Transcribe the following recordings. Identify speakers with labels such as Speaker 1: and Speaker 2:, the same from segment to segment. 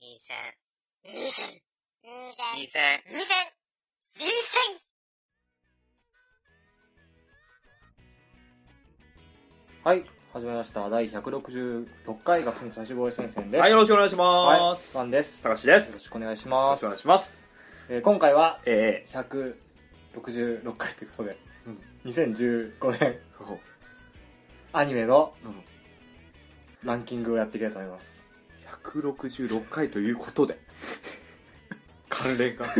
Speaker 1: 二千。
Speaker 2: 二千。二千。
Speaker 1: 二千。
Speaker 2: 二千。二千。
Speaker 3: はい、始めました。第166回学院差し防衛戦線です。
Speaker 4: はい、よろしくお願いしま
Speaker 3: はい
Speaker 4: す。
Speaker 3: ワンです。
Speaker 4: た
Speaker 3: よ
Speaker 4: かしです。
Speaker 3: ろ
Speaker 4: よ
Speaker 3: しくお願いし
Speaker 4: ろ
Speaker 3: ま
Speaker 4: しく
Speaker 3: す
Speaker 4: お。願いします。
Speaker 3: えー今回は
Speaker 4: え
Speaker 3: 166回ということで、
Speaker 4: うん
Speaker 3: 2015年
Speaker 4: えほう
Speaker 3: アニメの
Speaker 4: うん
Speaker 3: ランキングをやっていきたいと思います。
Speaker 4: 166回ということで。関 連が。
Speaker 3: い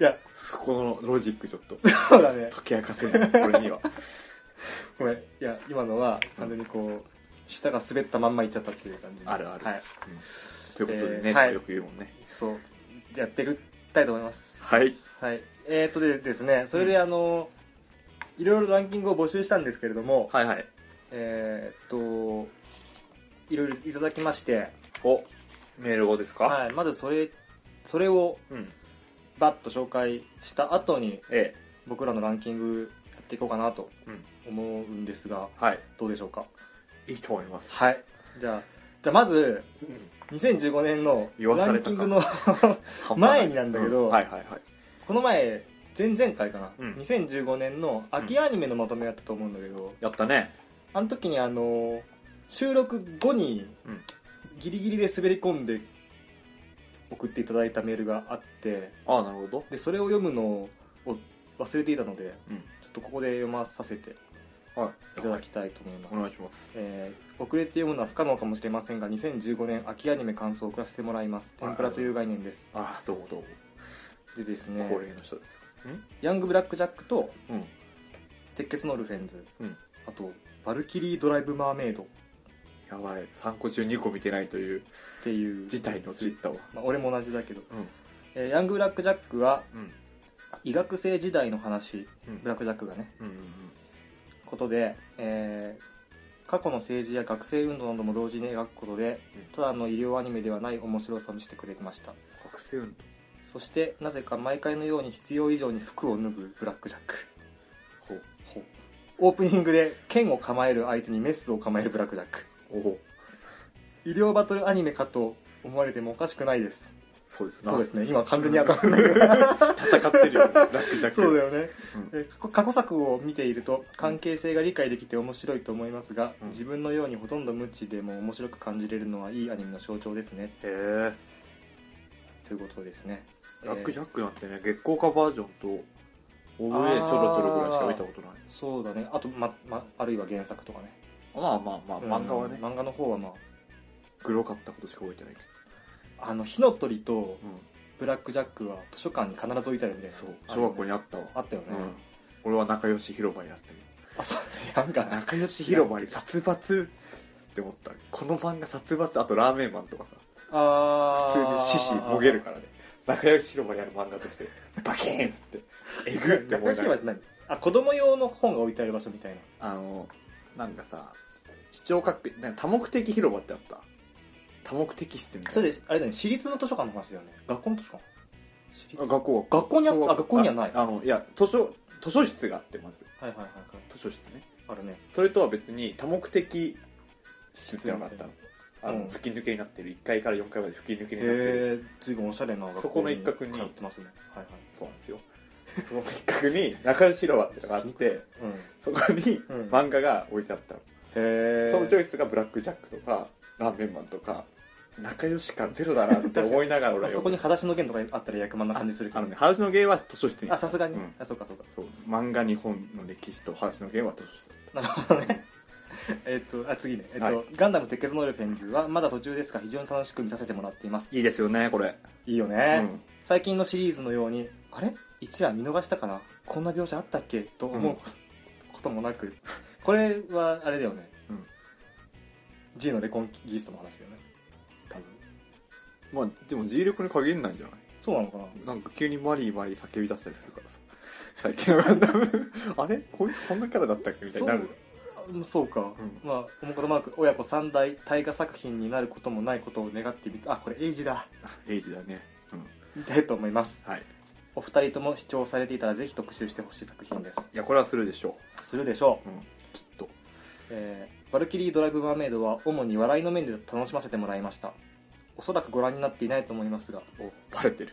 Speaker 3: や、
Speaker 4: そこのロジックちょっと
Speaker 3: そうだね。
Speaker 4: 解き明かせない、こ れには。
Speaker 3: ごめん。いや、今のは完全にこう、舌が滑ったまんまいっちゃったっていう感じで
Speaker 4: あるある
Speaker 3: はい。
Speaker 4: ということでね、
Speaker 3: えーはい
Speaker 4: よく言うもんね。
Speaker 3: そう。やっていきたいと思います。
Speaker 4: はい。
Speaker 3: はい。えー、とでですね、それであの、いろいろランキングを募集したんですけれども、
Speaker 4: はいはい。
Speaker 3: えーっと、いろいろいただきまして、
Speaker 4: お、メールをですか
Speaker 3: はい、まずそれ、それを
Speaker 4: うん。
Speaker 3: バッと紹介した後に、
Speaker 4: ええ
Speaker 3: 僕らのランキングやっていこうかなと
Speaker 4: うん
Speaker 3: 思うんですが、
Speaker 4: はい。
Speaker 3: どうでしょうか。
Speaker 4: いいと思います。
Speaker 3: はい。じゃあ、じゃあまず、
Speaker 4: うん
Speaker 3: 2015年の
Speaker 4: 言わ
Speaker 3: ラ
Speaker 4: され
Speaker 3: ン
Speaker 4: た
Speaker 3: キ
Speaker 4: か
Speaker 3: ングの、 前になんだけど
Speaker 4: うはいはいはい。
Speaker 3: この前、前々回かな、
Speaker 4: うん
Speaker 3: 2015年の秋アニメのまとめやったと思うんだけど、
Speaker 4: やったね。
Speaker 3: あの時にあの、収録後に
Speaker 4: うん、
Speaker 3: ギリギリで滑り込んで送っていただいたメールがあって、
Speaker 4: ああ、なるほど。
Speaker 3: で、それを読むのを忘れていたので、
Speaker 4: うん
Speaker 3: ちょっとここで読まさせて
Speaker 4: はい
Speaker 3: いただきたいと思います。
Speaker 4: お願いします。
Speaker 3: えー遅れて読むのは不可能かもしれませんが、2015年秋アニメ感想を送らせてもらいます。
Speaker 4: はい
Speaker 3: 天ぷらという概念です。
Speaker 4: ああ、どうもどうも。
Speaker 3: でですね、
Speaker 4: 恒例の人です。
Speaker 3: ヤングブラックジャックと
Speaker 4: うん。
Speaker 3: 鉄血のオルフェンズ、
Speaker 4: うん
Speaker 3: あと、バルキリードライブマーメイドっ
Speaker 4: やばい。3個中2個見てないという
Speaker 3: ていう。
Speaker 4: 事態のツイッターを。
Speaker 3: まあ、俺も同じだけど、
Speaker 4: うん。
Speaker 3: えーヤングブラック・ジャックは
Speaker 4: うん。
Speaker 3: 医学生時代の話
Speaker 4: うん
Speaker 3: ブラック・ジャックがね
Speaker 4: うんうん
Speaker 3: ことで、えー過去の政治や学生運動なども同時に描くことで
Speaker 4: うん
Speaker 3: ただの医療アニメではない面白さを見せてくれました
Speaker 4: 学生運動
Speaker 3: そしてなぜか毎回のように必要以上に服を脱ぐブラック・ジャック
Speaker 4: ほう
Speaker 3: オープニングで剣を構える相手にメスを構えるブラック・ジャック
Speaker 4: おお
Speaker 3: 医療バトルアニメかと思われてもおかしくないです
Speaker 4: そうですな
Speaker 3: そうですね今完全に 頭の中が
Speaker 4: 戦ってるよねラック ジャック
Speaker 3: そうだよね、
Speaker 4: う
Speaker 3: え過去過去作を見ていると関係性が理解できて面白いと思いますが、
Speaker 4: うん
Speaker 3: 自分のようにほとんど無知でも面白く感じれるのはいいアニメの象徴ですね
Speaker 4: へ
Speaker 3: ということですね
Speaker 4: えラックジ
Speaker 3: ャック
Speaker 4: ャックなんてね月光化バージョンと OVA ちょろちょろぐらいしか見たことない
Speaker 3: そうだねあと、まま、あるいは原作とかね
Speaker 4: まあまあまあ漫画はね、
Speaker 3: うん漫画の方はま
Speaker 4: グロかったことしか覚えてないけ
Speaker 3: ああの火の鳥と
Speaker 4: ど、うん、
Speaker 3: ブラックジャックは図書館に必ず置いてあるみたいな
Speaker 4: そう小学校にあったわ
Speaker 3: あったよね、
Speaker 4: うん、俺は仲良し広場になってる
Speaker 3: あそう知らんか な
Speaker 4: 仲良し広場に殺伐って思ったこの漫画殺伐あとラーメンマンとかさ
Speaker 3: あ
Speaker 4: 普通に獅子も げるからね仲良し広場にある漫画としてバキーンっつってえぐって思いながら
Speaker 3: って何あ子供用の本が置いてある場所みたいな
Speaker 4: あのなんかさ視聴覚なんか多目的広場ってあった多目的室みたいな
Speaker 3: それで、あれだね、私立の図書館の話だよね。学校の図書館私立
Speaker 4: あ学校
Speaker 3: 学校にあっ
Speaker 4: 小
Speaker 3: あ、学校にはない。
Speaker 4: ああのいや図書図書室があってまず
Speaker 3: はいはいはいはい。
Speaker 4: 図書室ね
Speaker 3: あるね。
Speaker 4: それとは別に多目的室ってのがあったのあの、
Speaker 3: うん
Speaker 4: 吹き抜けになってる1階から4階まで吹き抜けになってる
Speaker 3: へえ、ずいぶんおしゃれな学校
Speaker 4: そこの一角に
Speaker 3: 通ってますね。はいは
Speaker 4: そうなんですよその一角に仲良し広場ってのがあって
Speaker 3: い。うん。
Speaker 4: そこに
Speaker 3: うん
Speaker 4: 漫画が置いてあったの、
Speaker 3: へえ。
Speaker 4: そのチョイスがブラックジャックとかラーメンマンとか仲良し感ゼロだなって思いながら俺
Speaker 3: あ
Speaker 4: は
Speaker 3: そこに
Speaker 4: 読んだ
Speaker 3: 裸足の弦とかあったら役満な感じするけ
Speaker 4: あ
Speaker 3: ど
Speaker 4: の。ね、話の芸は図書室に
Speaker 3: あ、さすがに
Speaker 4: うん。
Speaker 3: あ、そうかそうか。
Speaker 4: そう漫画日本の歴史と話の芸は図書室だ
Speaker 3: な
Speaker 4: っ
Speaker 3: るほどね。 えっと、あ、次ね。えっ
Speaker 4: はい
Speaker 3: と、ガンダム鉄血のオルフェンズはまだ途中ですが非常に楽しく見させてもらっています。
Speaker 4: たいいですよねこれ、
Speaker 3: いいよ
Speaker 4: う
Speaker 3: ね。
Speaker 4: ん、
Speaker 3: 最近のシリーズのように、あれ一話見逃したかなこんな描写あったっけと思うこともなく、これはあれだよね。
Speaker 4: うん
Speaker 3: G のレコンギストの話だよね。多分。
Speaker 4: まあでも G 力に限んないんじゃない
Speaker 3: そうなのかな
Speaker 4: なんか急にマリーマリー叫び出したりするからさ最近のガンダムあれこいつこんなキャラだったっけみたいになる
Speaker 3: そうあそうか。
Speaker 4: うん
Speaker 3: まあ、おもことなく親子三代大河作品になることもないことを願ってみて、あ、これエイジだ。
Speaker 4: エイジだねうん
Speaker 3: 見たいと思います。
Speaker 4: はい
Speaker 3: お二人とも視聴されていたらぜひ特集してほしい作品です。
Speaker 4: いやこれはするでしょ
Speaker 3: するでしょう。
Speaker 4: う、うん、きっと
Speaker 3: えーバルキリードライブマーメイドは主に笑いの面で楽しませてもらいました。おそらくご覧になっていないと思いますが
Speaker 4: おバレてる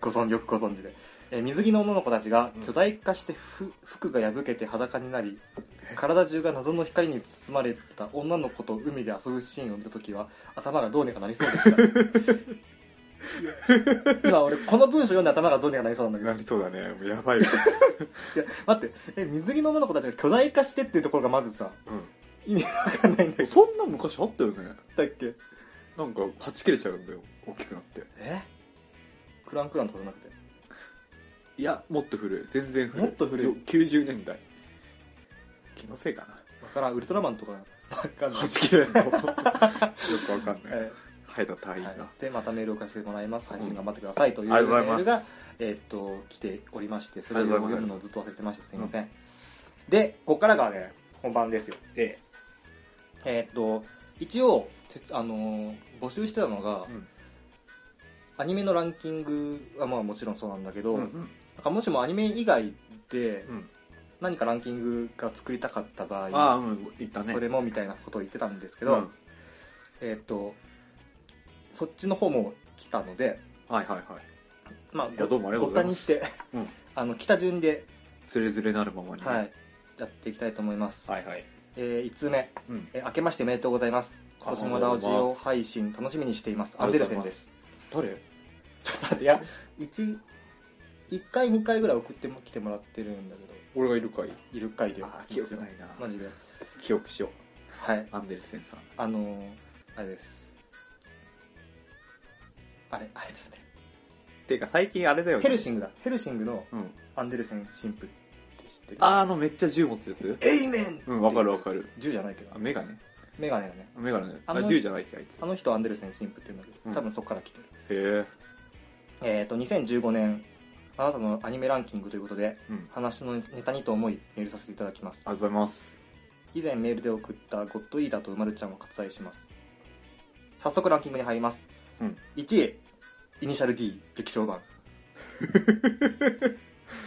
Speaker 3: ご存よくご存知で、えー水着の女の子たちが巨大化してふ服が破けて裸になり体中が謎の光に包まれた女の子と海で遊ぶシーンを見た時は頭がどうにかなりそうでした今俺この文章読んで頭がどうにかなりそうなんだ
Speaker 4: なりそうだねもうやばいわ、
Speaker 3: けどいや待ってえ水着の女の子たちが巨大化してっていうところがまずさ
Speaker 4: う
Speaker 3: 意味わかんないんだけ
Speaker 4: ん、そんな昔あったよね
Speaker 3: どだっけ
Speaker 4: なんかはち切れちゃうんだよ大きくなって
Speaker 3: えクランクランとかじゃなくて
Speaker 4: いやもっと古い全然古い
Speaker 3: もっと古い
Speaker 4: よ90年代気のせいかな
Speaker 3: わからんウルトラマンとかわかんない
Speaker 4: はち切れ たのよくわかんない、
Speaker 3: えー
Speaker 4: 生えた隊員が、
Speaker 3: はい、でまたメールを返してもらいます配信頑張ってくださいというメ
Speaker 4: ありがとうご
Speaker 3: ー
Speaker 4: ざいます
Speaker 3: ルが、えーっと来ておりましてそれを
Speaker 4: ありがとうご
Speaker 3: 読
Speaker 4: ざいます
Speaker 3: むのをずっと忘れてましたすいません、でここからがね本番ですよ
Speaker 4: え
Speaker 3: えーっと一応てつあのー募集してたのが、
Speaker 4: うん
Speaker 3: アニメのランキングはまあもちろんそうなんだけど、
Speaker 4: うんう
Speaker 3: なん
Speaker 4: ん
Speaker 3: かもしもアニメ以外で
Speaker 4: うん
Speaker 3: 何かランキングが作りたかった場合、
Speaker 4: ああうんいったね
Speaker 3: それ
Speaker 4: も
Speaker 3: もみたいなことを言ってたんですけど、えーっとそっちの方も来たので、
Speaker 4: はいはいはい
Speaker 3: まあ、
Speaker 4: いやどうもありがとうございます
Speaker 3: ごったにして、
Speaker 4: うん
Speaker 3: あの来た順で、
Speaker 4: つれづれなるままにね、
Speaker 3: はい、やっていきたいと思います、
Speaker 4: はいはい
Speaker 3: え1通目、
Speaker 4: うん
Speaker 3: えー明けましておめでとうございます
Speaker 4: あ
Speaker 3: 今年もラジオ配信楽しみにしていますアンデルセンです
Speaker 4: 誰
Speaker 3: ちょっと待っていや 1, 1回2回ぐらい送っても来てもらってるんだけど
Speaker 4: 俺がいるかい
Speaker 3: いる回で
Speaker 4: あー記憶ないな
Speaker 3: マジで
Speaker 4: 記憶しよう
Speaker 3: はい
Speaker 4: アンデルセンさん
Speaker 3: あのー、あれですあれあれですね
Speaker 4: ていうか最近あれだよね
Speaker 3: ヘルシングだヘルシングの
Speaker 4: うん
Speaker 3: アンデルセン神父って知ってる
Speaker 4: あーあのめっちゃ銃持つやつ
Speaker 3: エイメン
Speaker 4: うんわかるわかる
Speaker 3: 銃じゃないけど
Speaker 4: あメガネ
Speaker 3: メガネがね
Speaker 4: メガネ
Speaker 3: あ
Speaker 4: あ
Speaker 3: の
Speaker 4: 銃じゃないっけあいつ
Speaker 3: あの人アンデルセン神父って言うんだけ
Speaker 4: うん
Speaker 3: ど多分そこから来てる、
Speaker 4: へえ
Speaker 3: えっ、と2015年あなたのアニメランキングということで
Speaker 4: うん
Speaker 3: 話のネタにと思いメールさせていただきます
Speaker 4: ありがとうございます
Speaker 3: 以前メールで送ったゴッドイーダーとうまるちゃんを割愛します早速ランキングに入ります、
Speaker 4: うん
Speaker 3: 1位イニシャル D 劇 場版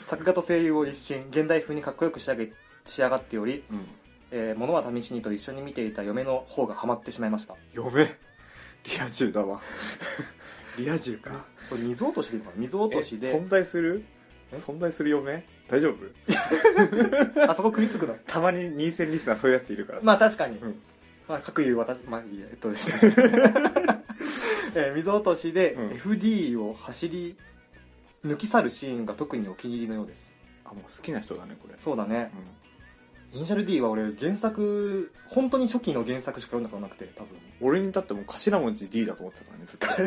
Speaker 3: 作画と声優を一新現代風にかっこよく仕上げ仕上がっており、
Speaker 4: うん
Speaker 3: えー、物は試しにと一緒に見ていた嫁の方がハマってしまいました
Speaker 4: 嫁リア充 だわリア充か
Speaker 3: これ水落としでいいのかな水落とし
Speaker 4: え
Speaker 3: で
Speaker 4: 存在する
Speaker 3: え
Speaker 4: 存在する嫁大丈夫
Speaker 3: あそこ食いつくの
Speaker 4: たまに人選リスナーそういうやついるから
Speaker 3: まあ確かに。
Speaker 4: うん
Speaker 3: まあ各言う私、まあいいや、えっとですね。 えー水落としで
Speaker 4: うん
Speaker 3: FD を走り抜き去るシーンが特にお気に入りのようです。
Speaker 4: あもう好きな人だねこれ
Speaker 3: そうだね。
Speaker 4: うん
Speaker 3: イニシャル D は俺原作、本当に初期の原作しか読んだことなくて、多分。
Speaker 4: 俺に至ってもう頭文字 D だと思ってたか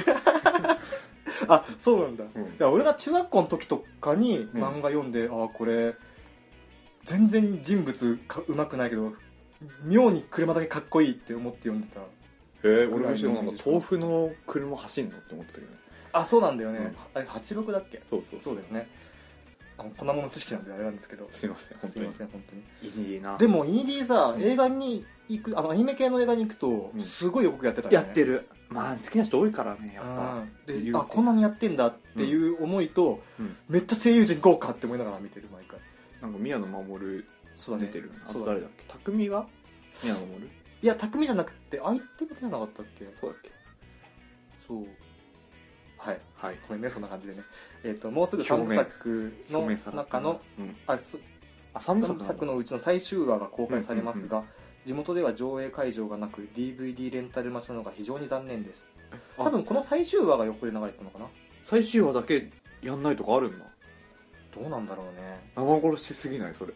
Speaker 4: らねず っと
Speaker 3: あ、そうなんだ。
Speaker 4: うん
Speaker 3: いや俺が中学校の時とかに
Speaker 4: うん
Speaker 3: 漫画読んで、ああ、これ、全然人物か上手くないけど、妙に車だけかっこいいって思って読んでた。
Speaker 4: へえ俺も一緒なんか豆腐の車走んのって思ってたけどね
Speaker 3: あ、そうなんだよね。あれ、86だっけ
Speaker 4: そうそう
Speaker 3: そうだよね。あの、粉もの知識なんであれなんですけど。
Speaker 4: すいません本
Speaker 3: す
Speaker 4: 当
Speaker 3: い
Speaker 4: に
Speaker 3: ません、本当に。
Speaker 4: いいな
Speaker 3: でも、イニディーさ、
Speaker 4: うん
Speaker 3: 映画に行く、あの、アニメ系の映画に行くと
Speaker 4: う、ん
Speaker 3: すごい予告やってたよ
Speaker 4: や
Speaker 3: ね。
Speaker 4: ってるまあ好きな人多いからねやっぱ
Speaker 3: うん。
Speaker 4: 言う
Speaker 3: で、
Speaker 4: て
Speaker 3: あ、こんなにやってんだっていう思いと
Speaker 4: うん、
Speaker 3: めっちゃ声優陣豪華って思いながら見てる、毎回。
Speaker 4: なんか宮野真守
Speaker 3: そうだ
Speaker 4: 出
Speaker 3: ね
Speaker 4: て。るあ
Speaker 3: そ
Speaker 4: と
Speaker 3: うだね
Speaker 4: 誰だっけ匠が宮野真守
Speaker 3: いや、匠じゃなくて、相手がじゃなかったっけ
Speaker 4: そうだっけ
Speaker 3: そう。はい。
Speaker 4: はい
Speaker 3: ごめんね、そんな感じでね。えっと、もうすぐ3部作の
Speaker 4: 表面さらっ
Speaker 3: 中の、
Speaker 4: うん
Speaker 3: あ、そ
Speaker 4: あ三
Speaker 3: 3
Speaker 4: 部
Speaker 3: 部
Speaker 4: 作
Speaker 3: 作
Speaker 4: の
Speaker 3: のうちの最終話が公開されます
Speaker 4: うんうん
Speaker 3: が、地元では上映会場がなく DVD レンタル待ちなのが非常に残念です
Speaker 4: あ
Speaker 3: 多分この最終話が横で流れてたのかな
Speaker 4: 最終話だけやんないとかあるんだ
Speaker 3: どうなんだろうね
Speaker 4: 生殺しすぎないそ れ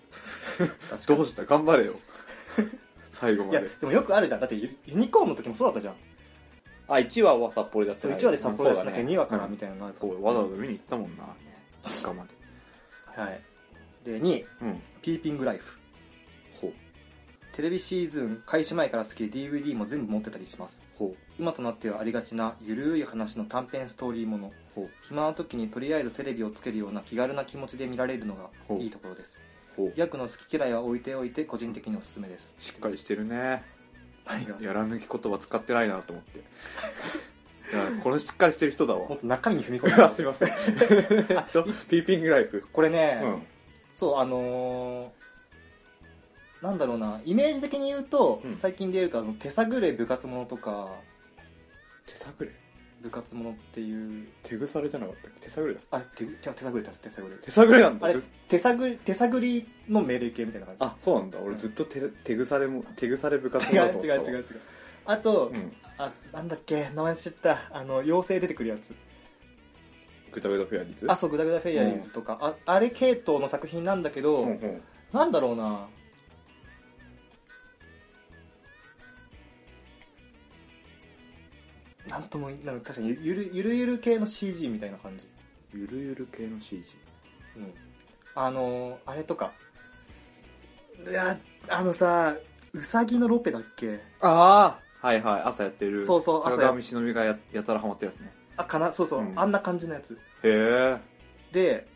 Speaker 3: 確かに
Speaker 4: どうした頑張れよ 最後
Speaker 3: い
Speaker 4: ま
Speaker 3: や
Speaker 4: で
Speaker 3: でもよくあるじゃんだってユユニコーンの時もそうだったじゃん
Speaker 4: あ一話は札幌でやっ
Speaker 3: そ
Speaker 4: て
Speaker 3: う
Speaker 4: た
Speaker 3: 1話で札幌だった
Speaker 4: うん
Speaker 3: け
Speaker 4: そうだね
Speaker 3: 2話からみたいなのがある
Speaker 4: そうわざわざ見に行ったもんな実家まで
Speaker 3: はいで2位
Speaker 4: うん
Speaker 3: ピーピングライフ
Speaker 4: ほう
Speaker 3: テレビシーズン開始前から好きで DVD も全部持ってたりします
Speaker 4: ほう
Speaker 3: 今となってはありがちなゆるい話の短編ストーリーもの
Speaker 4: ほう
Speaker 3: 暇な時にとりあえずテレビをつけるような気軽な気持ちで見られるのがいいところです
Speaker 4: ほう
Speaker 3: ヤクの好き嫌いは置いておいて個人的におすすめです
Speaker 4: しっかりしてるね
Speaker 3: 何が
Speaker 4: やら抜き言葉使ってないなと思って いやこのしっかりしてる人だわ
Speaker 3: もっと中身に踏み込ん
Speaker 4: あ
Speaker 3: だ
Speaker 4: すいません。えっと、ピーピングライフ。
Speaker 3: これね、
Speaker 4: うん。
Speaker 3: そうあのーなんだろうなイメージ的に言うと、
Speaker 4: うん
Speaker 3: 最近で言うとあの手探れ部活ものとか
Speaker 4: 手探れ
Speaker 3: 部活ものっていう
Speaker 4: 手ぐされじゃなかったっけ手探れだ
Speaker 3: あれ手じゃあ手探りだ手探り
Speaker 4: 手探れなんだ
Speaker 3: あれ手探り手探りの命令形みたいな感じ
Speaker 4: あそうなんだ俺ずっと手手ぐされも手ぐされ部活
Speaker 3: 違
Speaker 4: だ
Speaker 3: う違う違う違
Speaker 4: う
Speaker 3: うあと、
Speaker 4: うん
Speaker 3: あなんだっけ名前知ったあの妖精出てくるやつ
Speaker 4: グダグダフェアリーズ
Speaker 3: あそうグダグダフェイアリーズとか、ああれ系統の作品なんだけど、
Speaker 4: うんうん
Speaker 3: なんだろうななんともいなんか確かにゆるゆるゆる系の CG みたいな感じ
Speaker 4: ゆるゆる系の CG
Speaker 3: うんあのーあれとかいやあのさうさぎのロペだっけ
Speaker 4: ああはいはい朝やってる
Speaker 3: そうそう朝や
Speaker 4: 坂上忍がややたらハマったやつね
Speaker 3: あかなそうそう、
Speaker 4: うん
Speaker 3: あんな感じのやつ
Speaker 4: へ
Speaker 3: で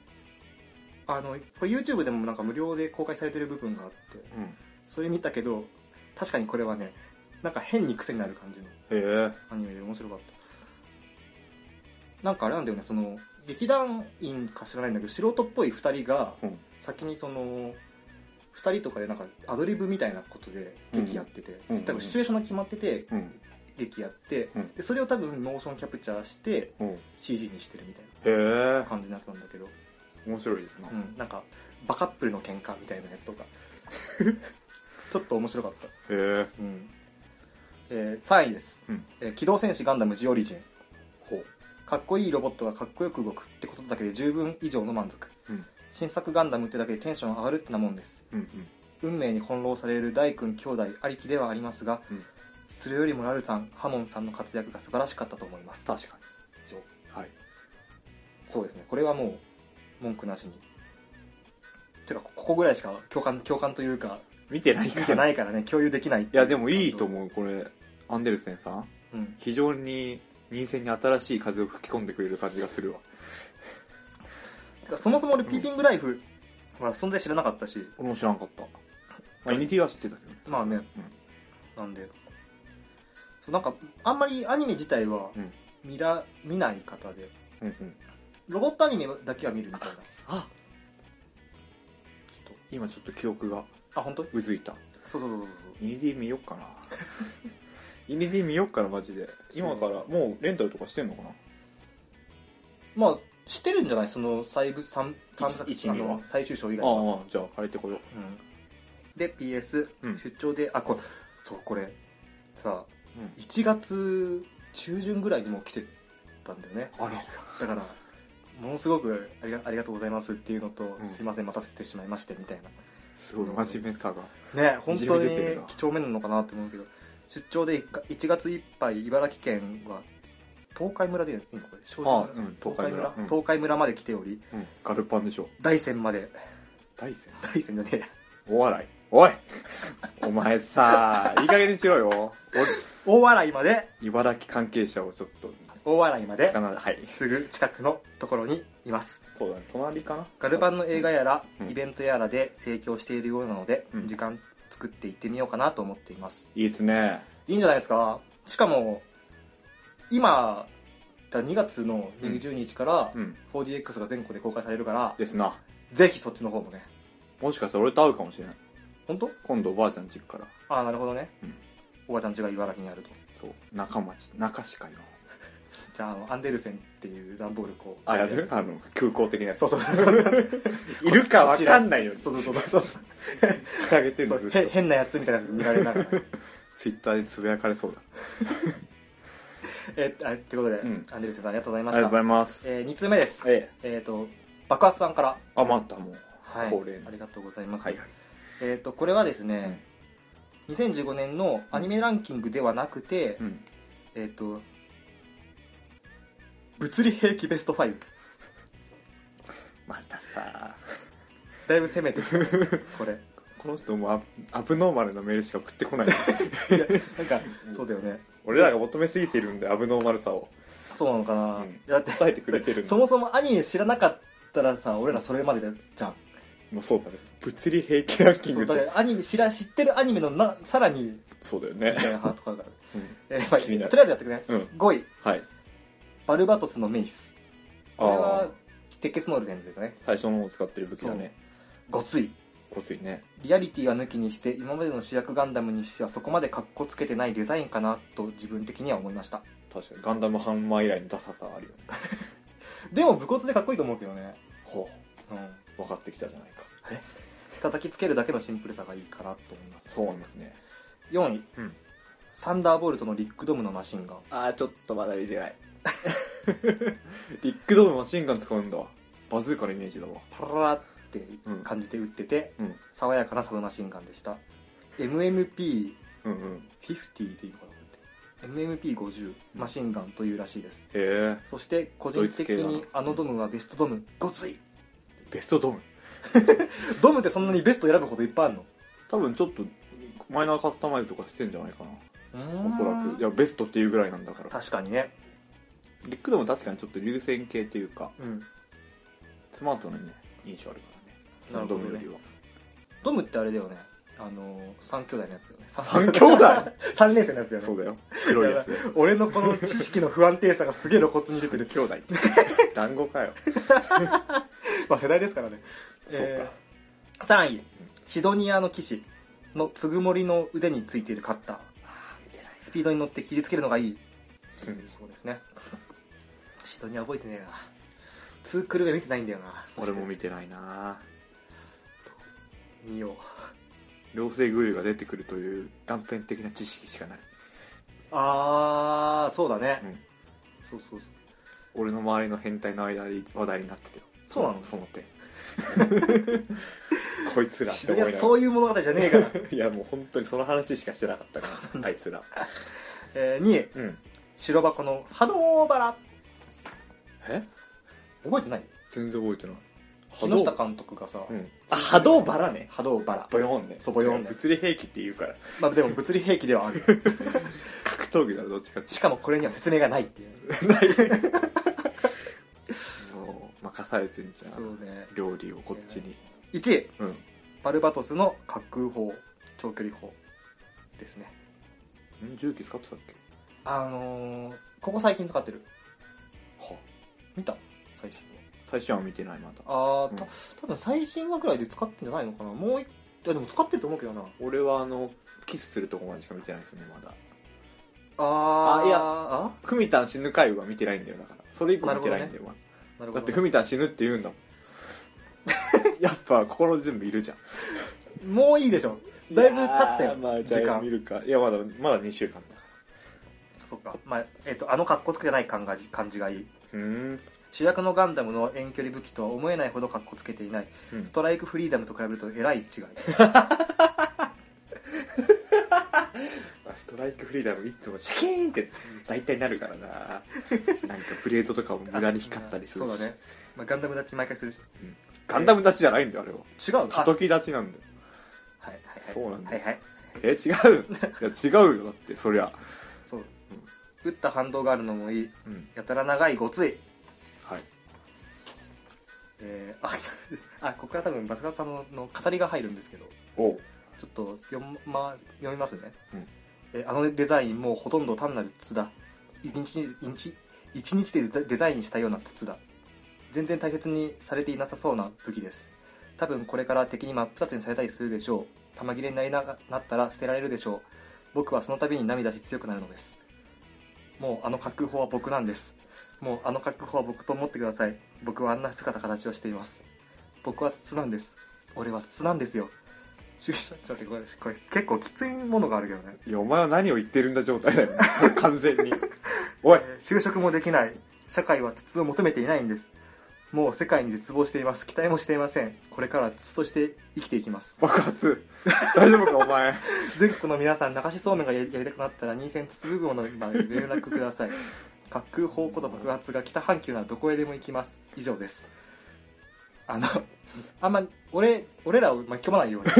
Speaker 3: あのこれ YouTube でもなんか無料で公開されてる部分があって
Speaker 4: えうん
Speaker 3: それ見たけど確かにこれはねなんか変に癖になる感じの
Speaker 4: へ
Speaker 3: アニメで面白かったなんかあれなんだよねその劇団員か知らないんだけど素人っぽい2人が
Speaker 4: えうん
Speaker 3: 先にその2人とかでなんかアドリブみたいなことで劇やってて、
Speaker 4: うん
Speaker 3: 多分シチュエーションが決まってて
Speaker 4: うん
Speaker 3: 劇やって、
Speaker 4: うん
Speaker 3: でそれを多分モーションキャプチャーして
Speaker 4: うんへ
Speaker 3: CG にしてるみたい
Speaker 4: え
Speaker 3: な感じのやつなんだけど、
Speaker 4: 面白いですな
Speaker 3: うん、なんかバカップルの喧嘩みたいなやつと かちょっと面白かった、
Speaker 4: へえ
Speaker 3: うんえー3位です、
Speaker 4: うん
Speaker 3: えー機動戦士ガンダムジオリジン」
Speaker 4: ほ
Speaker 3: かっこいいロボットがかっこよく動くってことだけで十分以上の満足、
Speaker 4: うん
Speaker 3: 新作ガンダムってだけでテンション上がるってなもんです
Speaker 4: ううんうん
Speaker 3: 運命に翻弄される大君兄弟ありきではありますが、
Speaker 4: うん
Speaker 3: それよりもラルさんハモンさんの活躍が素晴らしかったと思います
Speaker 4: 確か
Speaker 3: 以上
Speaker 4: にはい
Speaker 3: そうですねこれはもう文句なしにてかここぐらいしか共感共感というか
Speaker 4: 見てない
Speaker 3: 見
Speaker 4: か
Speaker 3: て
Speaker 4: ら
Speaker 3: な
Speaker 4: い
Speaker 3: いからね共有できないい
Speaker 4: やでもいいと
Speaker 3: う、
Speaker 4: 思うこれアンデルセンさん
Speaker 3: うん、
Speaker 4: 非常に人選に新しい風を吹き込んでくれる感じがするわ
Speaker 3: てかそもそも俺ピーティングライフ、まあ、存在知らなかったし
Speaker 4: 俺も知らんかった、まあ、NT は知ってたけどね
Speaker 3: まあねなんでそうなんかあんまりアニメ自体は
Speaker 4: うん
Speaker 3: 見ら、見ない方で
Speaker 4: うんうんうん
Speaker 3: ロボットアニメだけは見るみたいな
Speaker 4: あ
Speaker 3: 人
Speaker 4: 今ちょっと記憶が
Speaker 3: あ本当？
Speaker 4: うずいた
Speaker 3: そうそうそうそう
Speaker 4: 2D 見よっか な 2D 見よっかなマジで今からもうレンタルとかしてんのかな
Speaker 3: まあ知ってるんじゃないその細部三短冊
Speaker 4: 一一
Speaker 3: あ
Speaker 4: 二
Speaker 3: の
Speaker 4: は
Speaker 3: 最終章以外は、
Speaker 4: ああじゃあ借りてこよ
Speaker 3: うん、で PS、
Speaker 4: うん
Speaker 3: 出張であこれそうこれさ
Speaker 4: う、うん、
Speaker 3: 1月中旬ぐらいにもう来てたんだよね
Speaker 4: あら
Speaker 3: だからものすごくありがありがとうございますっていうのと、
Speaker 4: うん
Speaker 3: すいません待たせてしまいましてみたいな
Speaker 4: すごい真面目さが
Speaker 3: ね本当に
Speaker 4: いじめ出てるな
Speaker 3: 几帳面なのかなと思うけど出張で一回1月いっぱい茨城県は東海村でいいのこれ庄司村
Speaker 4: あうん東海村うん
Speaker 3: 東海村まで来ており
Speaker 4: うんガルパンでしょ
Speaker 3: 大山まで
Speaker 4: 大戦
Speaker 3: 大山じゃねえや
Speaker 4: お笑いおいお前さいい加減にし ろよ
Speaker 3: 大洗まで
Speaker 4: お茨城関係者をちょっと
Speaker 3: 大洗まで
Speaker 4: かなはい
Speaker 3: すぐ近くのところにいます
Speaker 4: そうだね隣かな
Speaker 3: ガルパンの映画やら、
Speaker 4: うん
Speaker 3: イベントやらで盛況しているようなので、
Speaker 4: うん
Speaker 3: 時間作って行ってみようかなと思っています
Speaker 4: いいっすね
Speaker 3: いいんじゃないですかしかも今だ2月の20日から
Speaker 4: うん
Speaker 3: 4DX が全国で公開されるから、
Speaker 4: ですな
Speaker 3: ぜひそっちの方もね。
Speaker 4: もしかしたら俺と会うかもしれない
Speaker 3: 本当
Speaker 4: 今度おばあちゃん実家から
Speaker 3: ああ、なるほどね。
Speaker 4: うん
Speaker 3: おばちゃん家が茨城にあると。
Speaker 4: そう中町中市会の
Speaker 3: じゃああの、アンデルセンっていう段ボールこう。
Speaker 4: あやるあの空港的なやつ
Speaker 3: そうそうそう そう。
Speaker 4: いるかわかんないように
Speaker 3: そうそうそうそう。
Speaker 4: 掲げてる
Speaker 3: そ
Speaker 4: の
Speaker 3: う
Speaker 4: ずっ
Speaker 3: へ
Speaker 4: と
Speaker 3: 変なやつみたいなの見られなが ら。
Speaker 4: ツイッターでつぶやかれそうだ
Speaker 3: えあってことで、
Speaker 4: うん
Speaker 3: アンデルセンさんありがとうござい
Speaker 4: あ
Speaker 3: ま
Speaker 4: りがと
Speaker 3: し
Speaker 4: うござ
Speaker 3: た。
Speaker 4: います
Speaker 3: えー、2通目です。
Speaker 4: ええ
Speaker 3: えっ、と、爆発さんから。
Speaker 4: あまたもう
Speaker 3: はい。
Speaker 4: 恒例の
Speaker 3: ありがとうございます。
Speaker 4: はいはい
Speaker 3: えっ、と、これはですね、2015年のアニメランキングではなくて、
Speaker 4: うん
Speaker 3: えっ、と、物理兵器ベスト5。
Speaker 4: またさ
Speaker 3: だいぶ攻めてきたね これ
Speaker 4: この人もアアブノーマルなメールしか送ってこない
Speaker 3: なんかそうだよね
Speaker 4: 俺らが求めすぎているんでアブノーマルさを
Speaker 3: そうなのかな、
Speaker 4: うん
Speaker 3: だって
Speaker 4: 答えてくれてるんで
Speaker 3: そもそもアニメ知らなかったらさ俺らそれまでじゃん
Speaker 4: もうそうだね物理兵器ランキン
Speaker 3: そ
Speaker 4: グ
Speaker 3: う
Speaker 4: と
Speaker 3: だからアニメ知ら知ってるアニメのなさらに
Speaker 4: そうだよ
Speaker 3: みた
Speaker 4: ね、
Speaker 3: いなハートから
Speaker 4: うん
Speaker 3: えーまあ、
Speaker 4: 気になる
Speaker 3: とりあえずやってくね、
Speaker 4: うん
Speaker 3: 5位
Speaker 4: はい
Speaker 3: バルバトスのメイスこれ
Speaker 4: あ
Speaker 3: は
Speaker 4: ー
Speaker 3: 鉄血ノールデンですね
Speaker 4: 最初のを使ってる武器だね
Speaker 3: 5位
Speaker 4: ごついね
Speaker 3: リアリティは抜きにして今までの主役ガンダムにしてはそこまで格好つけてないデザインかなと自分的には思いました
Speaker 4: 確かにガンダムハンマー以来のダサさあるよね
Speaker 3: でも武骨でかっこいいと思うけどね、
Speaker 4: ほ
Speaker 3: うん、
Speaker 4: う分かってきたじゃないか
Speaker 3: 叩きつけるだけのシンプルさがいいかなと思います
Speaker 4: そうなんですね
Speaker 3: 4位、
Speaker 4: うん
Speaker 3: サンダーボルトのリックドームのマシンガン
Speaker 4: ああちょっとまだ見 てないリックドームマシンガン使うんだわバズーカのイメージだわ
Speaker 3: パララって感じて撃ってて、
Speaker 4: うんうん
Speaker 3: 爽やかなサブマシンガンでした MMP50
Speaker 4: うんうん
Speaker 3: でいいのかなこれって MMP50 マシンガンというらしいです
Speaker 4: へえ
Speaker 3: そして個人的
Speaker 4: ドイツ
Speaker 3: に
Speaker 4: 系だな
Speaker 3: あのドムはベストドムごつい
Speaker 4: ベストドーム
Speaker 3: ドムってそんなにベスト選ぶほどいっぱいあるの
Speaker 4: 多分ちょっとマイナーカスタマイズとかしてんじゃないかなお
Speaker 3: お
Speaker 4: そらくいやベストっていうぐらいなんだから
Speaker 3: 確かにね、
Speaker 4: リックドーム確かにちょっと流線系っていうか
Speaker 3: うん、
Speaker 4: スマートなね印象あるから
Speaker 3: な
Speaker 4: ね
Speaker 3: るほどね
Speaker 4: そのドームよりは
Speaker 3: ドムってあれだよねあのー、3兄弟のやつだよね
Speaker 4: 三兄弟
Speaker 3: 三年生のやつだよね
Speaker 4: そうだよ黒いやつ よ
Speaker 3: 俺のこの知識の不安定さがすげえ露骨に出てる、
Speaker 4: 兄弟 団子かよ
Speaker 3: まあ、世代ですからね、えー3位シドニアの騎士のつぐもりの腕についているカッタースピードに乗って切りつけるのがいい
Speaker 4: そうか
Speaker 3: そうですねシドニア覚えてねえなツークルが見てないんだよな
Speaker 4: 俺も見てないな
Speaker 3: 見よう
Speaker 4: 両性グルーが出てくるという断片的な知識しかない
Speaker 3: あーそうだね、
Speaker 4: うん
Speaker 3: そうそうそう
Speaker 4: 俺の周りの変態の間で話題になってたよ
Speaker 3: そうなの
Speaker 4: そ の手こいつらっ
Speaker 3: シ
Speaker 4: て
Speaker 3: ド
Speaker 4: 思
Speaker 3: ニア
Speaker 4: いながら
Speaker 3: そういう物語じゃねえから、
Speaker 4: いやもう本当にその話しかしてなかったからあいつら
Speaker 3: えー、2位
Speaker 4: うん
Speaker 3: 白箱の波動バラ
Speaker 4: え
Speaker 3: 覚えてない
Speaker 4: 全然覚えてない
Speaker 3: 木
Speaker 4: 動
Speaker 3: 下監督がさ、
Speaker 4: うんあ波動バラね
Speaker 3: 波動バラ
Speaker 4: ボヨンね
Speaker 3: そうボヨンね
Speaker 4: 物理兵器って言うから
Speaker 3: まあでも物理兵器ではある。
Speaker 4: 格闘技だろどっちかって
Speaker 3: しかもこれには説明がない っていう。
Speaker 4: もう任されてんじゃん
Speaker 3: うね。
Speaker 4: 料理をこっちに
Speaker 3: 1位、
Speaker 4: うん
Speaker 3: バルバトスの滑空砲、長距離砲ですね。
Speaker 4: ん重機使ってたっけ
Speaker 3: あのー、ここ最近使ってる。
Speaker 4: は
Speaker 3: 見た最新
Speaker 4: 最初は見てないまだ
Speaker 3: は。あー、
Speaker 4: うん
Speaker 3: た、多分最新話くらいで使ってんじゃないのかなもう一いやでも使ってると思うけどな。
Speaker 4: 俺はあのキスするとこまでしか見てないですねまだ
Speaker 3: あ
Speaker 4: ー
Speaker 3: いや、
Speaker 4: あ
Speaker 3: あ
Speaker 4: ふみたん死ぬ回は見てないんだよだからそれ以降見てないんだよ、
Speaker 3: なる
Speaker 4: まだ
Speaker 3: ほ
Speaker 4: って
Speaker 3: ど
Speaker 4: ふ。みたん死ぬって言うんだも んやっぱ心の準備いるじゃん
Speaker 3: もういいでしょ。だいぶ経った
Speaker 4: いや
Speaker 3: よ
Speaker 4: ー、まあ、
Speaker 3: 時
Speaker 4: だいぶ
Speaker 3: 間
Speaker 4: 見。るかいやまだまだ2週間だか
Speaker 3: そうか。まあ、えっ、と、あの格好つけてない感が感じがいい。
Speaker 4: らうーん
Speaker 3: 主役のガンダムの遠距離武器とは思えないほど格好つけていない、
Speaker 4: うん
Speaker 3: ストライクフリーダムと比べるとえらい違い
Speaker 4: まあストライクフリーダムいつもシャキーンって大体なるからななんかプレートとかも無駄に光ったりするし
Speaker 3: そうだね、まあ、ガンダム立ち毎回するし
Speaker 4: ガンダム立ちじゃないんだよあれは
Speaker 3: 違うの
Speaker 4: 過渡期立ちなんだよ
Speaker 3: はいはいはい
Speaker 4: そうなんだ
Speaker 3: はいはい
Speaker 4: え 違ういや違うよだってそりゃ
Speaker 3: そう、打った反動があるのもいい
Speaker 4: うん
Speaker 3: やたら長いごつい
Speaker 4: はい
Speaker 3: えー、ああここから多分バスカツさんのの語りが入るんですけど
Speaker 4: おう
Speaker 3: ちょっと読,、ま、読みますね、
Speaker 4: うん
Speaker 3: えーあのデザインもうほとんど単なる筒だ一日に一日一日でデザデザインしたような筒だ全然大切にされていなさそうな武器です多分これから敵に真っ二つにされたりするでしょう玉切れになりながなったら捨てられるでしょう僕はその度に涙し強くなるのですもうあの格好は僕なんですもうあの格好は僕と思ってください僕はあんな姿形をしています僕は筒なんです俺は筒なんですよ 注意しちょっとこれこれ結構きついものがあるけどね
Speaker 4: いやお前は何を言ってるんだ状態だよ 完全におい
Speaker 3: えー就職もできない社会は筒を求めていないんですもう世界に絶望しています期待もしていませんこれからは筒として生きていきます
Speaker 4: 爆発大丈夫かお前
Speaker 3: 全国の皆さん流しそうめんがやりやりたくなったら任線筒部分のまで連絡ください 滑空砲こと爆発が北半球ならどこへでも行きます以上ですあのあんま俺俺らを巻き込まないように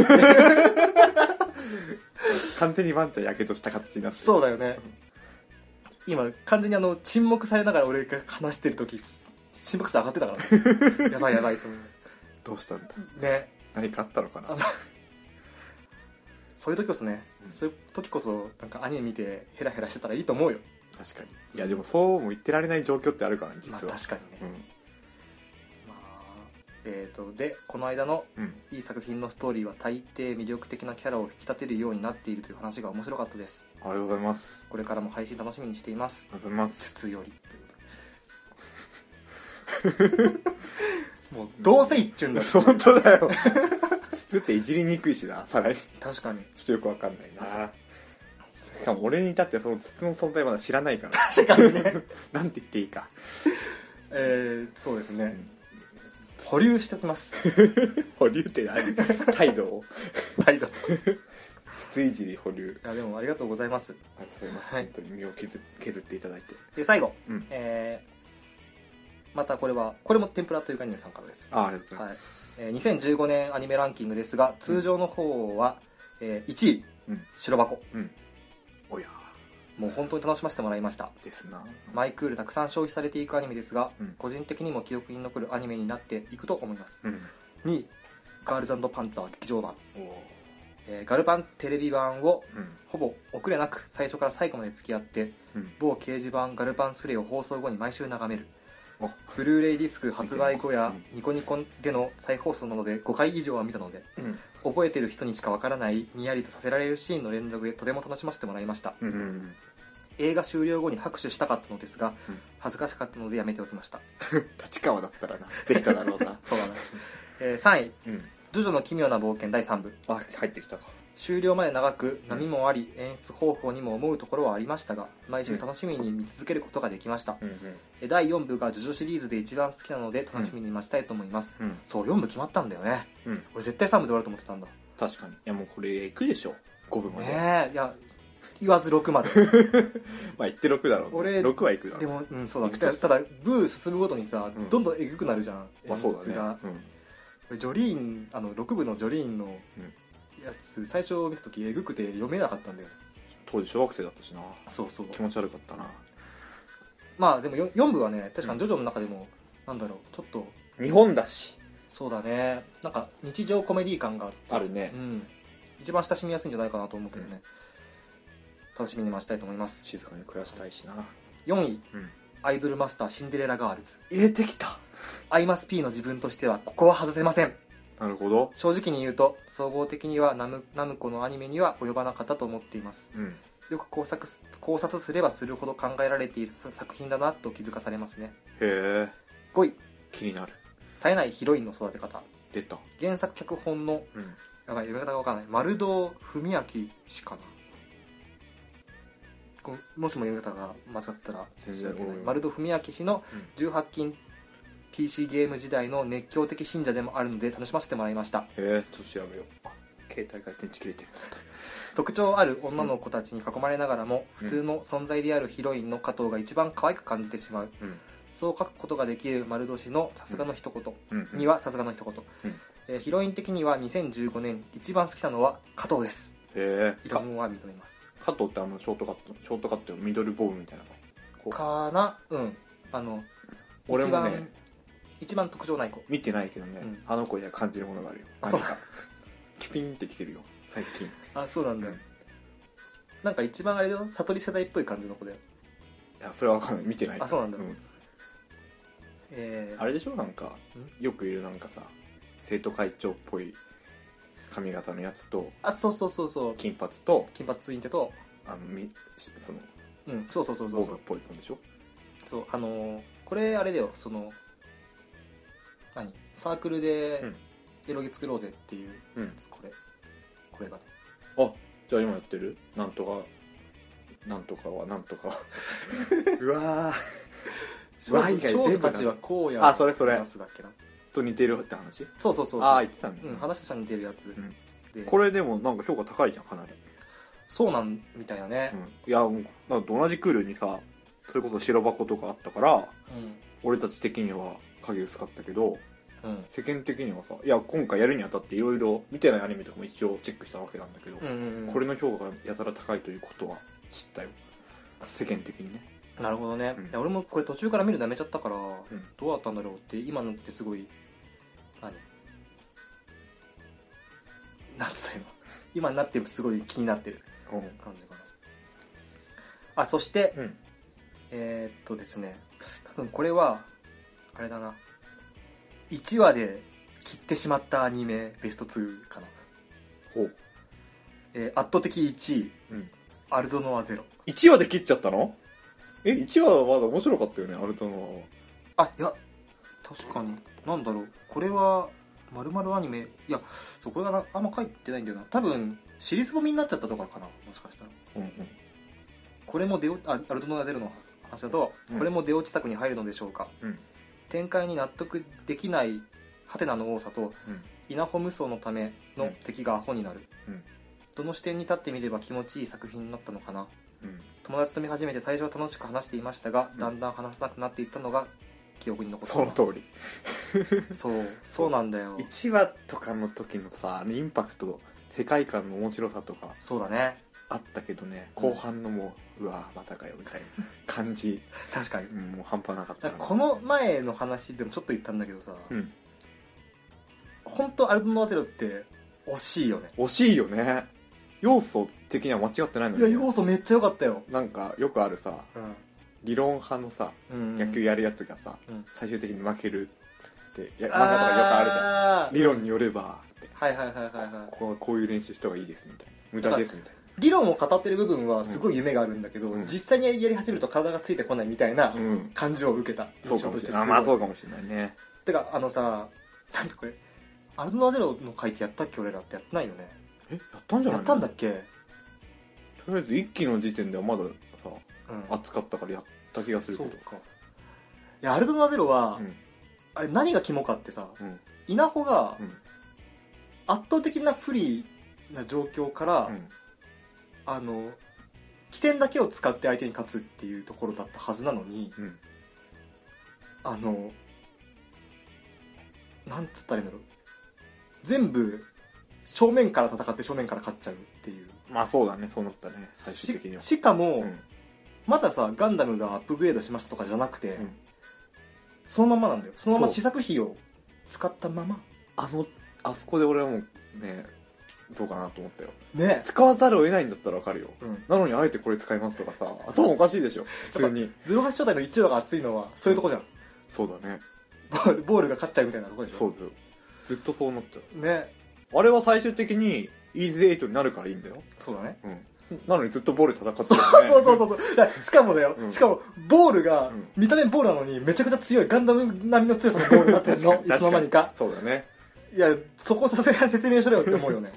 Speaker 4: 完全にワンちゃんやけどした形になって
Speaker 3: そううだよね今完全にあの沈黙されながら俺が話してる時心拍数上がってた からねやばいやばいと思う
Speaker 4: どうしたんだ
Speaker 3: ね
Speaker 4: 何かあったのかな
Speaker 3: あそういう時こそね、
Speaker 4: うん
Speaker 3: そういう時こそなんかアニメ見てヘラヘラしてたらいいと思うよ
Speaker 4: 確かにいやでもそうも言ってられない状況ってあるからね実
Speaker 3: まあ
Speaker 4: は、
Speaker 3: 確かにね、
Speaker 4: うん
Speaker 3: まあ、えー、とでこの間の
Speaker 4: うん
Speaker 3: いい作品のストーリーは大抵魅力的なキャラを引き立てるようになっているという話が面白かったです
Speaker 4: ありがとうございます
Speaker 3: これからも配信楽しみにしています
Speaker 4: ありがとうございます
Speaker 3: 筒 よりということでもうどうせ一中だよ
Speaker 4: 本当だよつつっていじりにくいしなさらにちょ
Speaker 3: 確かに
Speaker 4: っとよくわかんないなしかも俺に至ってはそのつつの存在まだ知らないから
Speaker 3: 確かにね
Speaker 4: なんて言っていいか、
Speaker 3: えー、そうですね保留しておきます
Speaker 4: 保留って何態度を
Speaker 3: 態度い
Speaker 4: つついじり保留
Speaker 3: やでもありがとうございます
Speaker 4: ありがとうございます、
Speaker 3: はい
Speaker 4: 本当に身を削削っていただいて
Speaker 3: で最後、
Speaker 4: うん
Speaker 3: えーまたこれはこれも天ぷらという概念さんからです、
Speaker 4: あありがとうござい
Speaker 3: は
Speaker 4: ま
Speaker 3: いえー2015年アニメランキングですが通常の方は、えー1位、
Speaker 4: うん
Speaker 3: 白箱
Speaker 4: す、うんおや
Speaker 3: もう本当に楽しませてもらいました
Speaker 4: ーですな
Speaker 3: マイクールたくさん消費されていくアニメですが、
Speaker 4: うん
Speaker 3: 個人的にも記憶に残るアニメになっていくと思います
Speaker 4: うん
Speaker 3: 2位ガールズパンツァー劇場版、
Speaker 4: おー
Speaker 3: えーガルパンテレビ版を
Speaker 4: うん
Speaker 3: ほぼ遅れなく最初から最後まで付き合って
Speaker 4: うん
Speaker 3: 某掲示板ガルパンスレを放送後に毎週眺める
Speaker 4: あ
Speaker 3: ブルーレイディスク発売後や
Speaker 4: 見て
Speaker 3: ニコニコでの再放送などで5回以上は見たので
Speaker 4: うん
Speaker 3: 覚えてる人にしかわからないにやりとさせられるシーンの連続でとても楽しませてもらいました
Speaker 4: うんうん
Speaker 3: 映画終了後に拍手したかったのですが
Speaker 4: うん
Speaker 3: 恥ずかしかったのでやめておきました
Speaker 4: 立川だったらなできただろうな
Speaker 3: そうだね、 えー3位
Speaker 4: うん
Speaker 3: 「ジョジョの奇妙な冒険」第3部
Speaker 4: あ入ってきたか
Speaker 3: 終了まで長く波もあり演出方法にも思うところはありましたが毎週楽しみに見続けることができました
Speaker 4: うんうん
Speaker 3: え第4部が「ジョジョ」シリーズで一番好きなので楽しみに待ちたいと思います、
Speaker 4: うん
Speaker 3: そう4部決まったんだよね
Speaker 4: うん
Speaker 3: 俺絶対3部で終わると思ってたんだ
Speaker 4: 確かにいやもうこれいくでしょ5分まで、
Speaker 3: ねえいや言わず6まで
Speaker 4: まあ言って6だろう
Speaker 3: 俺
Speaker 4: 6はいくだろう
Speaker 3: でもうんそうだ
Speaker 4: 行く
Speaker 3: た
Speaker 4: と
Speaker 3: だただブー進むごとにさ、
Speaker 4: うん
Speaker 3: どんどんえぐくなるじゃん
Speaker 4: まあそう
Speaker 3: 演出
Speaker 4: だ
Speaker 3: が
Speaker 4: ね、うん、
Speaker 3: 俺ジョリーンあの6部のジョリーンのやつ、最初見た時えぐくて読めなかったんだよ
Speaker 4: 当時小学生だったしな
Speaker 3: そうそう
Speaker 4: 気持ち悪かったな
Speaker 3: まあでも 4, 四部はね確かにジョジョの中でも、なんだろうちょっと
Speaker 4: 日本だし
Speaker 3: そうだねなんか日常コメディ感があって
Speaker 4: あるね
Speaker 3: うん、一番親しみやすいんじゃないかなと思うけどね、楽しみに待ちたいと思います
Speaker 4: 静かに暮らしたいしな
Speaker 3: 4位、
Speaker 4: うん
Speaker 3: アイドルマスターシンデレラガールズ
Speaker 4: 入れてきた
Speaker 3: アイマス P の自分としてはここは外せません
Speaker 4: なるほど
Speaker 3: 正直に言うと総合的にはナムナムコのアニメには及ばなかったと思っています
Speaker 4: うん
Speaker 3: よく考察す考察すればするほど考えられている作品だなと気づかされますね
Speaker 4: へえ
Speaker 3: 5位
Speaker 4: 気になる
Speaker 3: 冴えないヒロインの育て方
Speaker 4: 出た
Speaker 3: 原作脚本の
Speaker 4: うん
Speaker 3: やばい読み方がわからない丸堂文明氏かなこうもしも読み方が間違ったら申し訳な
Speaker 4: 全然多
Speaker 3: い
Speaker 4: いよ
Speaker 3: 丸堂文明氏の18禁 PC ゲーム時代の熱狂的信者でもあるので楽しませてもらいました
Speaker 4: へえちょっと調べようあ携帯から電池切れてる
Speaker 3: 特徴ある女の子たちに囲まれながらも
Speaker 4: うん
Speaker 3: 普通の存在であるヒロインの加藤が一番可愛く感じてしまう
Speaker 4: うん
Speaker 3: そう書くことができる丸年のさすがの一言
Speaker 4: うん
Speaker 3: にはさすがの一言、
Speaker 4: うん
Speaker 3: えーヒロイン的には2015年一番好きなのは加藤です
Speaker 4: へえ
Speaker 3: 異論は認めます
Speaker 4: 加藤ってあのショートカットショートカットのミドルボールみたいなこう
Speaker 3: かなうんあの
Speaker 4: 俺もね
Speaker 3: 一番一番特徴ない子
Speaker 4: 見てないけどね、
Speaker 3: うん
Speaker 4: あの子には感じるものがあるよ
Speaker 3: あそう
Speaker 4: 何かキュピンってきてるよ最近
Speaker 3: あそうなん
Speaker 4: だ
Speaker 3: なんか一番あれだよ悟り世代っぽい感じの子だよ
Speaker 4: いやそれは分かんない見てない
Speaker 3: あそうなんだ
Speaker 4: ん、
Speaker 3: えー、
Speaker 4: あれでしょなんか
Speaker 3: ん
Speaker 4: よくいるなんかさ生徒会長っぽい髪型のやつと
Speaker 3: あそうそうそうそう
Speaker 4: 金髪と
Speaker 3: 金髪ツインテと
Speaker 4: あのみその
Speaker 3: うんそうそうそうそ
Speaker 4: ボ
Speaker 3: う
Speaker 4: ー
Speaker 3: そ
Speaker 4: ブ
Speaker 3: う
Speaker 4: っぽいのでしょ
Speaker 3: そうあのーこれあれだよその何サークルで
Speaker 4: うん
Speaker 3: エロゲ作ろうぜっていう
Speaker 4: うん
Speaker 3: やつこれこれがね
Speaker 4: あじゃあ今やってるなんとかなんとかはなんと かはうわー
Speaker 3: 少
Speaker 4: わー以外全部
Speaker 3: 女
Speaker 4: だ
Speaker 3: たちはこうや
Speaker 4: あそれそれ
Speaker 3: やつだっけな
Speaker 4: と似てるって話
Speaker 3: そうそうそうそう
Speaker 4: ああ言ってたんだ、
Speaker 3: うん話としては似てるやつ、
Speaker 4: ん
Speaker 3: で
Speaker 4: これでもなんか評価高いじゃんかなり
Speaker 3: そうなんみたいなね
Speaker 4: う、んいやもうなんか同じクールにさそれこそ白箱とかあったから俺たち的には影薄かったけど
Speaker 3: うんうん
Speaker 4: 世間的にはさいや今回やるにあたっていろいろ見てないアニメとかも一応チェックしたわけなんだけど、
Speaker 3: うんうん、
Speaker 4: これの評価がやたら高いということは知ったよ世間的にね
Speaker 3: なるほどね、
Speaker 4: うん
Speaker 3: いや俺もこれ途中から見るのやめちゃったから、
Speaker 4: ん
Speaker 3: どうだったんだろうって今のってすごい何なんつった今今になってすごい気になってる
Speaker 4: うん
Speaker 3: 感じかなあそして、
Speaker 4: うん
Speaker 3: えーっとですね多分これはあれだな1話で切ってしまったアニメベスト2かな。
Speaker 4: ほう。
Speaker 3: えー圧倒的1位、
Speaker 4: うん
Speaker 3: アルドノアゼロ。
Speaker 4: 1話で切っちゃったのえ、1話はまだ面白かったよね、アルトの。
Speaker 3: あ、いや、確かに。なんだろう。これは、まるまるアニメ。いや、そう、これがなあんま書いてないんだよな。多分、尻すぼみになっちゃったとかかな。もしかしたら。
Speaker 4: うんうん。
Speaker 3: これも出落あ、アルドノアゼロの話だと、
Speaker 4: うん
Speaker 3: これも出落ち策に入るのでしょうか。
Speaker 4: うん
Speaker 3: 展開に納得できない、ハテナの多さと、
Speaker 4: うん。
Speaker 3: 稲穂無双のための敵がアホになる、
Speaker 4: うん
Speaker 3: どの視点に立ってみれば気持ちいい作品になったのかな
Speaker 4: うん。
Speaker 3: 友達と見始めて最初は楽しく話していましたが、
Speaker 4: うん
Speaker 3: だんだん話さなくなっていったのが記憶に残って
Speaker 4: そ
Speaker 3: い
Speaker 4: の
Speaker 3: ます
Speaker 4: 通り。
Speaker 3: そうそうなんだよ
Speaker 4: 1話とかの時のさ、あのインパクト、世界観の面白さとか
Speaker 3: そうだね
Speaker 4: あったけどね、
Speaker 3: うん
Speaker 4: 後半のもう、うわぁ、またかよ、みたいな感 じ、
Speaker 3: 確かに
Speaker 4: うんもう半端なかった
Speaker 3: だ
Speaker 4: な
Speaker 3: からこ、の前の話でもちょっと言ったんだけどさ、
Speaker 4: うん。
Speaker 3: 本当アルバムのアゼロって惜しいよね
Speaker 4: 惜しいよね。要素的には間違ってないの
Speaker 3: いや
Speaker 4: に。
Speaker 3: 要素めっちゃ良かったよ、
Speaker 4: なんか、よくあるさ、
Speaker 3: うん
Speaker 4: 理論派のさ、
Speaker 3: うん
Speaker 4: 野球やるやつがさ、
Speaker 3: うん
Speaker 4: 最終的に負けるって、や
Speaker 3: あ
Speaker 4: 漫画とかよくあるじゃん。
Speaker 3: あ
Speaker 4: 理論によれば、って
Speaker 3: はいはいはいはいはい
Speaker 4: ここはこういう練習した方がいいですみたいな無駄ですみたい
Speaker 3: 理論を語ってる部分はすごい夢があるんだけど、
Speaker 4: うん
Speaker 3: 実際にやり始めると体がついてこないみたいな
Speaker 4: なうん
Speaker 3: 感じを受けた
Speaker 4: そう
Speaker 3: 印
Speaker 4: か
Speaker 3: 象
Speaker 4: も
Speaker 3: と
Speaker 4: し
Speaker 3: して
Speaker 4: れないあ
Speaker 3: す
Speaker 4: まあそ
Speaker 3: ごいう
Speaker 4: かもしれないね
Speaker 3: てかあのさなんかこれアルドノアゼロの回ってやったっけ俺らってやってないよね
Speaker 4: えやったんじゃな
Speaker 3: や
Speaker 4: い
Speaker 3: っ
Speaker 4: の
Speaker 3: たんだっけ
Speaker 4: とりあえず一期の時点ではまださ
Speaker 3: うん
Speaker 4: 暑かったからやった気がするけ
Speaker 3: そう
Speaker 4: ど
Speaker 3: かいやアルドノアゼロは、
Speaker 4: うん
Speaker 3: あれ何がキモかってさ
Speaker 4: うん
Speaker 3: 稲穂が
Speaker 4: うん
Speaker 3: 圧倒的な不利な状況から、
Speaker 4: うん
Speaker 3: あの起点だけを使って相手に勝つっていうところだったはずなのに
Speaker 4: うん
Speaker 3: あの、なんつったらいいんだろう。全部、正面から戦って正面から勝っちゃうっていう。
Speaker 4: まあそうだねそうなったね最終
Speaker 3: し
Speaker 4: 的には
Speaker 3: しかも、
Speaker 4: うん
Speaker 3: まださ、ガンダムがアップグレードしましたとかじゃなくて、
Speaker 4: うん
Speaker 3: そのままなんだよ。そのまま
Speaker 4: そう
Speaker 3: 試作費を使ったまま。
Speaker 4: あのあそこで俺はもうねどうかなと思ったよ
Speaker 3: ね
Speaker 4: 使わざるを得ないんだったらわかるよ
Speaker 3: うん、
Speaker 4: なのにあえてこれ使いますとかさ頭おかしいでしょ普通に
Speaker 3: 08正体の1話が熱いのはそういうとこじゃん、
Speaker 4: そうだね
Speaker 3: ボールボールが勝っちゃうみたいなとこでしょ
Speaker 4: そうですよずっとそうなっちゃう
Speaker 3: ね
Speaker 4: あれは最終的にイーズエイトになるからいいんだよ。
Speaker 3: そうだね
Speaker 4: うん。なのにずっとボール戦ってるよね。
Speaker 3: そうそうそうそうだからしかもだよ、
Speaker 4: うん
Speaker 3: しかもボールが、
Speaker 4: うん
Speaker 3: 見た目ボールなのにめちゃくちゃ強いガンダム並みの強さのボールになってるの
Speaker 4: 確か
Speaker 3: い
Speaker 4: に
Speaker 3: つの間にか
Speaker 4: そうだね。
Speaker 3: いやそこさすがに説明しろよって思うよね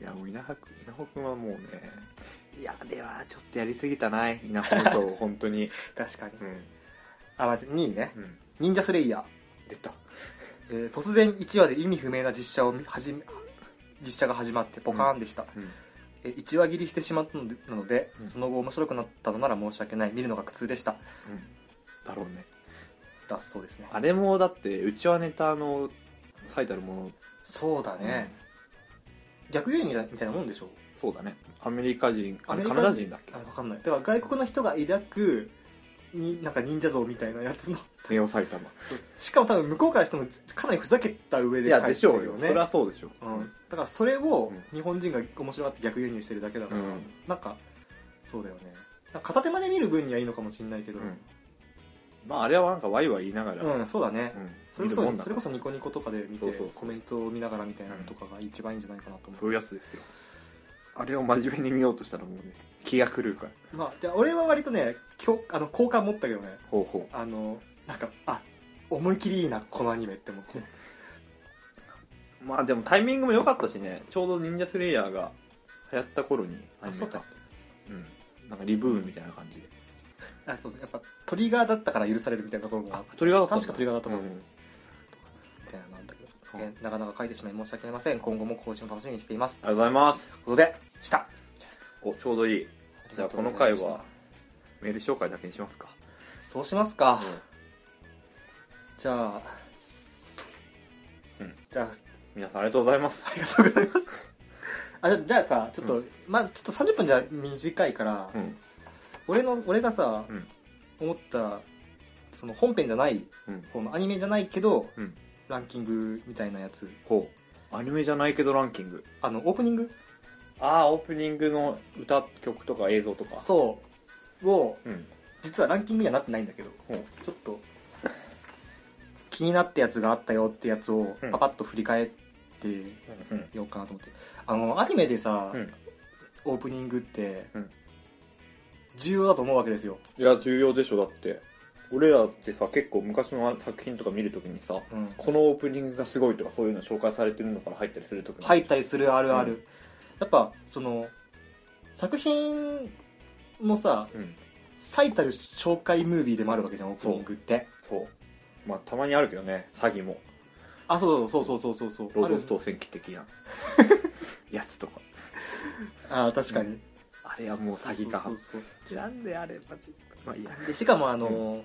Speaker 4: いや、もう稲穂くん、稲穂くんはもうね、いや、では、ちょっとやりすぎたな、稲穂くんと、 本当に。
Speaker 3: 確かに
Speaker 4: うん。
Speaker 3: あまあ2位ね
Speaker 4: うん。
Speaker 3: 忍者スレイヤー、
Speaker 4: 出た。
Speaker 3: えー突然1話で意味不明な実写を見始め実写が始まってポカーンでした、
Speaker 4: うん。
Speaker 3: え1話切りしてしまったのでなので、
Speaker 4: うん
Speaker 3: その後面白くなったのなら申し訳ない見るのが苦痛でした
Speaker 4: だろうね。
Speaker 3: だそうですね
Speaker 4: あれも、だって、うちはネタの最たるもの。
Speaker 3: そうだね、逆輸入みたいみたいなもんでしょ
Speaker 4: そうだね。アメリカ人、あ
Speaker 3: アメ
Speaker 4: れ
Speaker 3: リ
Speaker 4: カ
Speaker 3: カ
Speaker 4: ナ
Speaker 3: 人
Speaker 4: ダ人だっけ
Speaker 3: あ分かんないだから外国の人が抱くになんか忍者像みたいなやつの
Speaker 4: ネオ埼玉。
Speaker 3: しかも多分向こうからしてもかなりふざけた上
Speaker 4: い
Speaker 3: で
Speaker 4: や、
Speaker 3: 書
Speaker 4: で
Speaker 3: い
Speaker 4: してょ
Speaker 3: る
Speaker 4: う
Speaker 3: よ
Speaker 4: よ。
Speaker 3: ね
Speaker 4: そりゃそうでしょ。
Speaker 3: うん、だからそれを
Speaker 4: うん
Speaker 3: 日本人が面白がって逆輸入してるだけだから、
Speaker 4: うん
Speaker 3: なんかそうだよねなんか片手間で見る分にはいいのかもしれないけど、
Speaker 4: う
Speaker 3: うん
Speaker 4: ん。まあ、あれはなんかワイワイ言いながら、
Speaker 3: そうだね、
Speaker 4: うん
Speaker 3: それこ
Speaker 4: 見る
Speaker 3: そ
Speaker 4: もんだ
Speaker 3: それこそニコニコとかで見て
Speaker 4: そうそうそう
Speaker 3: コメントを見ながらみたいなのとかが一番いいんじゃないかなと思う、
Speaker 4: そういうやつですよあれを真面目に見ようとしたらもうね気が狂うから
Speaker 3: まあ、で俺は割とねきょあの好感持ったけどね
Speaker 4: ほうほ
Speaker 3: あのなんかあ思い切りいいなこのアニメって思って
Speaker 4: う まあでもタイミングも良かったしねちょうど忍者スレイヤーが流行った頃にアニメ
Speaker 3: あそうだ
Speaker 4: がうんなんかリブームみたいな感じで
Speaker 3: あそうやっぱトリガーだったから許されるみたいなところもあっ
Speaker 4: 鳥が
Speaker 3: 確か鳥がだったと思う
Speaker 4: うん
Speaker 3: みたいなのなんだけど、
Speaker 4: うん
Speaker 3: えーなかなか書いてしまい申し訳ありません今後も更新を楽しみにしていますとい
Speaker 4: ありがとうございます
Speaker 3: うことでした
Speaker 4: おちょうどいいじゃあこの回はメール紹介だけにしますか
Speaker 3: そうしますか、
Speaker 4: うん
Speaker 3: じゃあ、
Speaker 4: うん
Speaker 3: じゃあ
Speaker 4: 皆さんありがとうございます
Speaker 3: ありがとうございますあじゃあじゃあさちょっと、
Speaker 4: う
Speaker 3: まあちょっと30分じゃ短いから、
Speaker 4: うん
Speaker 3: 俺の俺がさ、
Speaker 4: うん
Speaker 3: 思ったその本編じゃない
Speaker 4: うん
Speaker 3: このアニメじゃないけど、
Speaker 4: うん
Speaker 3: ランキングみたいなやつ
Speaker 4: ほうアニメじゃないけどランキング
Speaker 3: あのオープニング
Speaker 4: ああオープニングの歌曲とか映像とか
Speaker 3: そうを
Speaker 4: うん
Speaker 3: 実はランキングにはなってないんだけど
Speaker 4: ほう
Speaker 3: ちょっと聞気になったやつがあったよってやつを
Speaker 4: うん
Speaker 3: パパッと振り返って
Speaker 4: うん
Speaker 3: ようかなと思って、あのアニメでさ、
Speaker 4: うん
Speaker 3: オープニングって、
Speaker 4: うん
Speaker 3: 重要だと思うわけですよ、
Speaker 4: いや重要でしょだって俺らってさ結構昔の作品とか見るときにさ
Speaker 3: うん
Speaker 4: このオープニングがすごいとかそういうの紹介されてるのから入ったりするとき
Speaker 3: 入ったりするあるある、
Speaker 4: うん
Speaker 3: やっぱその作品のさ
Speaker 4: うん
Speaker 3: 最たる紹介ムービーでもあるわけじゃんオープニングって
Speaker 4: そうまあたまにあるけどね詐欺も
Speaker 3: あそうそうそうそうそうそう
Speaker 4: ロ
Speaker 3: あ
Speaker 4: ード
Speaker 3: る
Speaker 4: ス当選機的 なやつとか
Speaker 3: あ確かに
Speaker 4: あれはもう詐欺か
Speaker 3: そうそう
Speaker 4: なんであればちょっとまあいいや
Speaker 3: そうでしかもあの、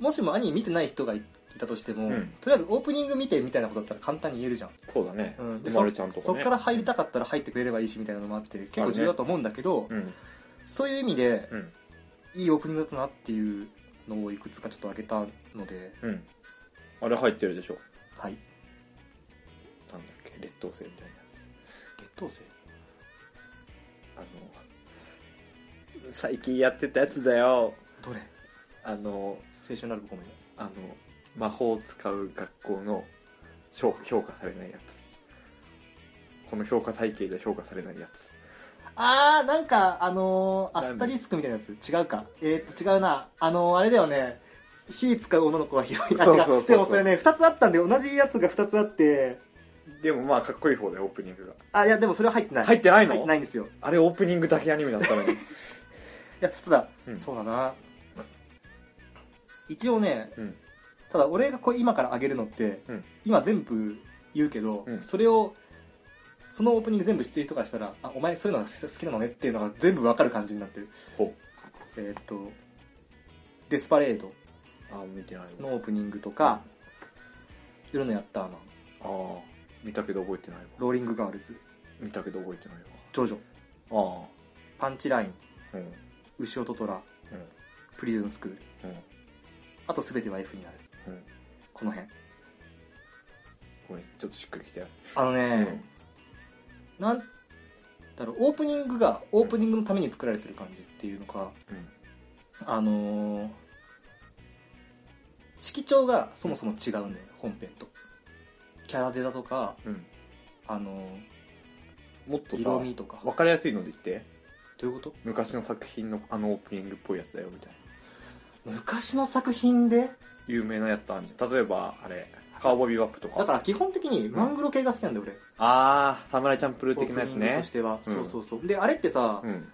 Speaker 3: もしもアニメ見てない人がいたとしても、
Speaker 4: うん
Speaker 3: とりあえずオープニング見てみたいなことだったら簡単に言えるじゃん、
Speaker 4: そうだね
Speaker 3: うん、で
Speaker 4: 生
Speaker 3: そ
Speaker 4: まれちゃんとか
Speaker 3: そ
Speaker 4: ね
Speaker 3: っから入りたかったら入ってくれればいいしみたいなのもあって結構重要だと思うんだけど、
Speaker 4: うん
Speaker 3: そういう意味で
Speaker 4: うん
Speaker 3: いいオープニングだったなっていうのをいくつかちょっと挙げたので
Speaker 4: うんあれ入ってるでしょ
Speaker 3: はい
Speaker 4: なんだっけ劣等生みたいなやつ
Speaker 3: 劣等生
Speaker 4: あの最近やってたやつだよ
Speaker 3: どれ
Speaker 4: あの
Speaker 3: 青春ラブコメディ
Speaker 4: あの魔法を使う学校の評評価されないやつこの評価体系で評価されないやつ
Speaker 3: あー、なんか、あのー、ア
Speaker 4: なんで
Speaker 3: スタリスクみたいなやつ違うか。えー、っと、違うな。あのー、あれだよね。火使う女の子が広い。あ、
Speaker 4: そう
Speaker 3: 違
Speaker 4: そうそうそう
Speaker 3: でもそれね、二つあったんで、同じやつが二つあって、
Speaker 4: でもまあかっこいい方でオープニングが
Speaker 3: あ、いや、でもそれは入ってない。
Speaker 4: 入ってないの
Speaker 3: 入ってないんですよ。い
Speaker 4: あれオープニングだけアニメだった のに、
Speaker 3: や、ただ、
Speaker 4: うん
Speaker 3: そうだな。一応ね、
Speaker 4: うん
Speaker 3: ただ俺がこれ今からあげるのって、
Speaker 4: うん
Speaker 3: 今全部言うけど、
Speaker 4: うん
Speaker 3: それを、そのオープニング全部知ってる人からしたら、あ、お前そういうのが好きなのねっていうのが全部わかる感じになってる。
Speaker 4: ほ
Speaker 3: えーっと、デスパレード
Speaker 4: あ見てない
Speaker 3: のオープニングとか、夜のやったーマン、
Speaker 4: ああ見たけど覚えてないわ
Speaker 3: ローリングガールズ、
Speaker 4: 見たけど覚えてない
Speaker 3: ジョジョ、
Speaker 4: わあ
Speaker 3: パンチライン、
Speaker 4: あうん
Speaker 3: 牛音虎、
Speaker 4: う
Speaker 3: プリズンスクール、
Speaker 4: んうん
Speaker 3: あとすべては F になる。
Speaker 4: うん
Speaker 3: この辺。
Speaker 4: ごめんちょっとしっくりきてない
Speaker 3: あのね、なんだろう、オープニングがオープニングのために作られてる感じっていうのか、
Speaker 4: うん
Speaker 3: あのー、色調がそもそも違うんだよ、本編と。キャラデザとか、
Speaker 4: うん
Speaker 3: あの
Speaker 4: もっと
Speaker 3: ー、
Speaker 4: さ
Speaker 3: 色味とか。
Speaker 4: わかりやすいので言って
Speaker 3: どういうこと
Speaker 4: 昔の作品のあのオープニングっぽいやつだよみたいな
Speaker 3: 昔の作品で
Speaker 4: 有名なやつあるじゃん例えばあれカーボーイビーバップとか
Speaker 3: だから基本的にマングロ系が好きなんだよ、俺。
Speaker 4: ああサムライチャンプルー
Speaker 3: オー
Speaker 4: 的
Speaker 3: プ
Speaker 4: なや
Speaker 3: ニ
Speaker 4: つ
Speaker 3: ングと
Speaker 4: ね
Speaker 3: しては。
Speaker 4: うん
Speaker 3: そうそうそう。で、あれってさ、
Speaker 4: うん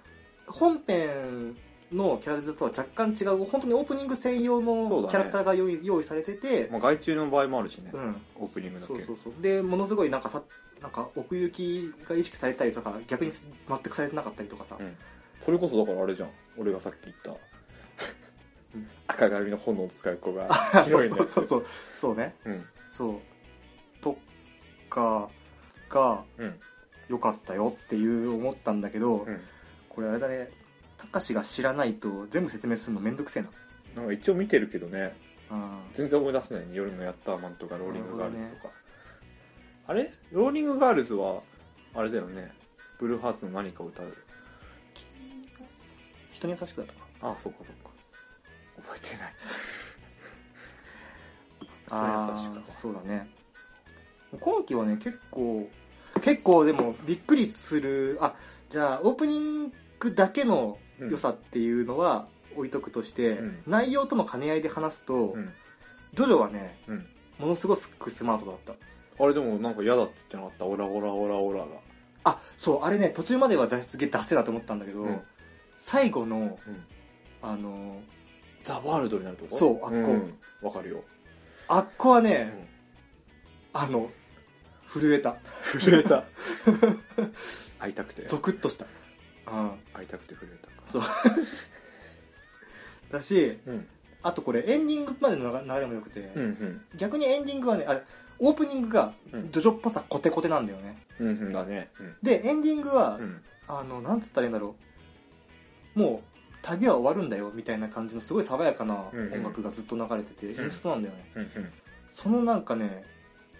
Speaker 3: 本編のキャラデザとは若干違う、本当にオープニング専用
Speaker 4: そうだ
Speaker 3: の
Speaker 4: ね
Speaker 3: キャラクターが用意,、用意されてて、
Speaker 4: まあ外注の場合もあるしね、
Speaker 3: うん。
Speaker 4: オープニングだけ
Speaker 3: そうそうそう。で、ものすごいなんかさ、なんか奥行きが意識されてたりとか、逆に全くされてなかったりとかさ。
Speaker 4: うんそれこそだからあれじゃん俺がさっき言った赤髪の炎を使 う子が
Speaker 3: そ
Speaker 4: 広
Speaker 3: う
Speaker 4: いんだ
Speaker 3: そうそう
Speaker 4: よ
Speaker 3: そう。そうね。
Speaker 4: うん
Speaker 3: そう。とかが
Speaker 4: うん
Speaker 3: 良かったよっていう思ったんだけど、
Speaker 4: うん
Speaker 3: これあれだねたかしが知らないと全部説明するのめんどくせえな
Speaker 4: なんか一応見てるけどね
Speaker 3: あ
Speaker 4: 全然思い出せないね夜のやったーマンとかローリングガールズとか、あれローリングガールズはあれだよねブルーハーツの何かを歌う
Speaker 3: 人に優しくだったか
Speaker 4: ああそっかそっか覚えてない人に優しくだ
Speaker 3: そうだね今期はね結構結構でもびっくりするあじゃあオープニングだけの良さっていうのは置いとくとして、
Speaker 4: うん
Speaker 3: 内容との兼ね合いで話すと、
Speaker 4: うん
Speaker 3: ジョジョはね
Speaker 4: うん
Speaker 3: ものすごくスマートだった
Speaker 4: あれでもなんか嫌だっつってなかったオラオラオラオラが
Speaker 3: あそうあれね途中まではだすげえ出せだと思ったんだけど、
Speaker 4: うん
Speaker 3: 最後の
Speaker 4: うん
Speaker 3: あの
Speaker 4: ザ・ワールドになるとこ
Speaker 3: そうあっこ
Speaker 4: んわかるよ、
Speaker 3: あっこはね、
Speaker 4: うん
Speaker 3: あの、震えた。
Speaker 4: 震え た会いたくて
Speaker 3: ゾクッとした。うん。
Speaker 4: 会いたくて震えた
Speaker 3: そうだし、
Speaker 4: うん
Speaker 3: あとこれエンディングまでの流れ流れも良くて、
Speaker 4: うんうん
Speaker 3: 逆にエンディングはね、あオープニングが
Speaker 4: うん
Speaker 3: ジョジョっぽさコテコテなんだよね。
Speaker 4: うんうんだね
Speaker 3: で、エンディングは、
Speaker 4: うんうん
Speaker 3: あの、なんつったらいいんだろう。もう、旅は終わるんだよ、みたいな感じのすごい爽やかな
Speaker 4: うんうん
Speaker 3: 音楽がずっと流れてて、
Speaker 4: うん
Speaker 3: 演出なんだよね。
Speaker 4: うんうん
Speaker 3: そのなんかね、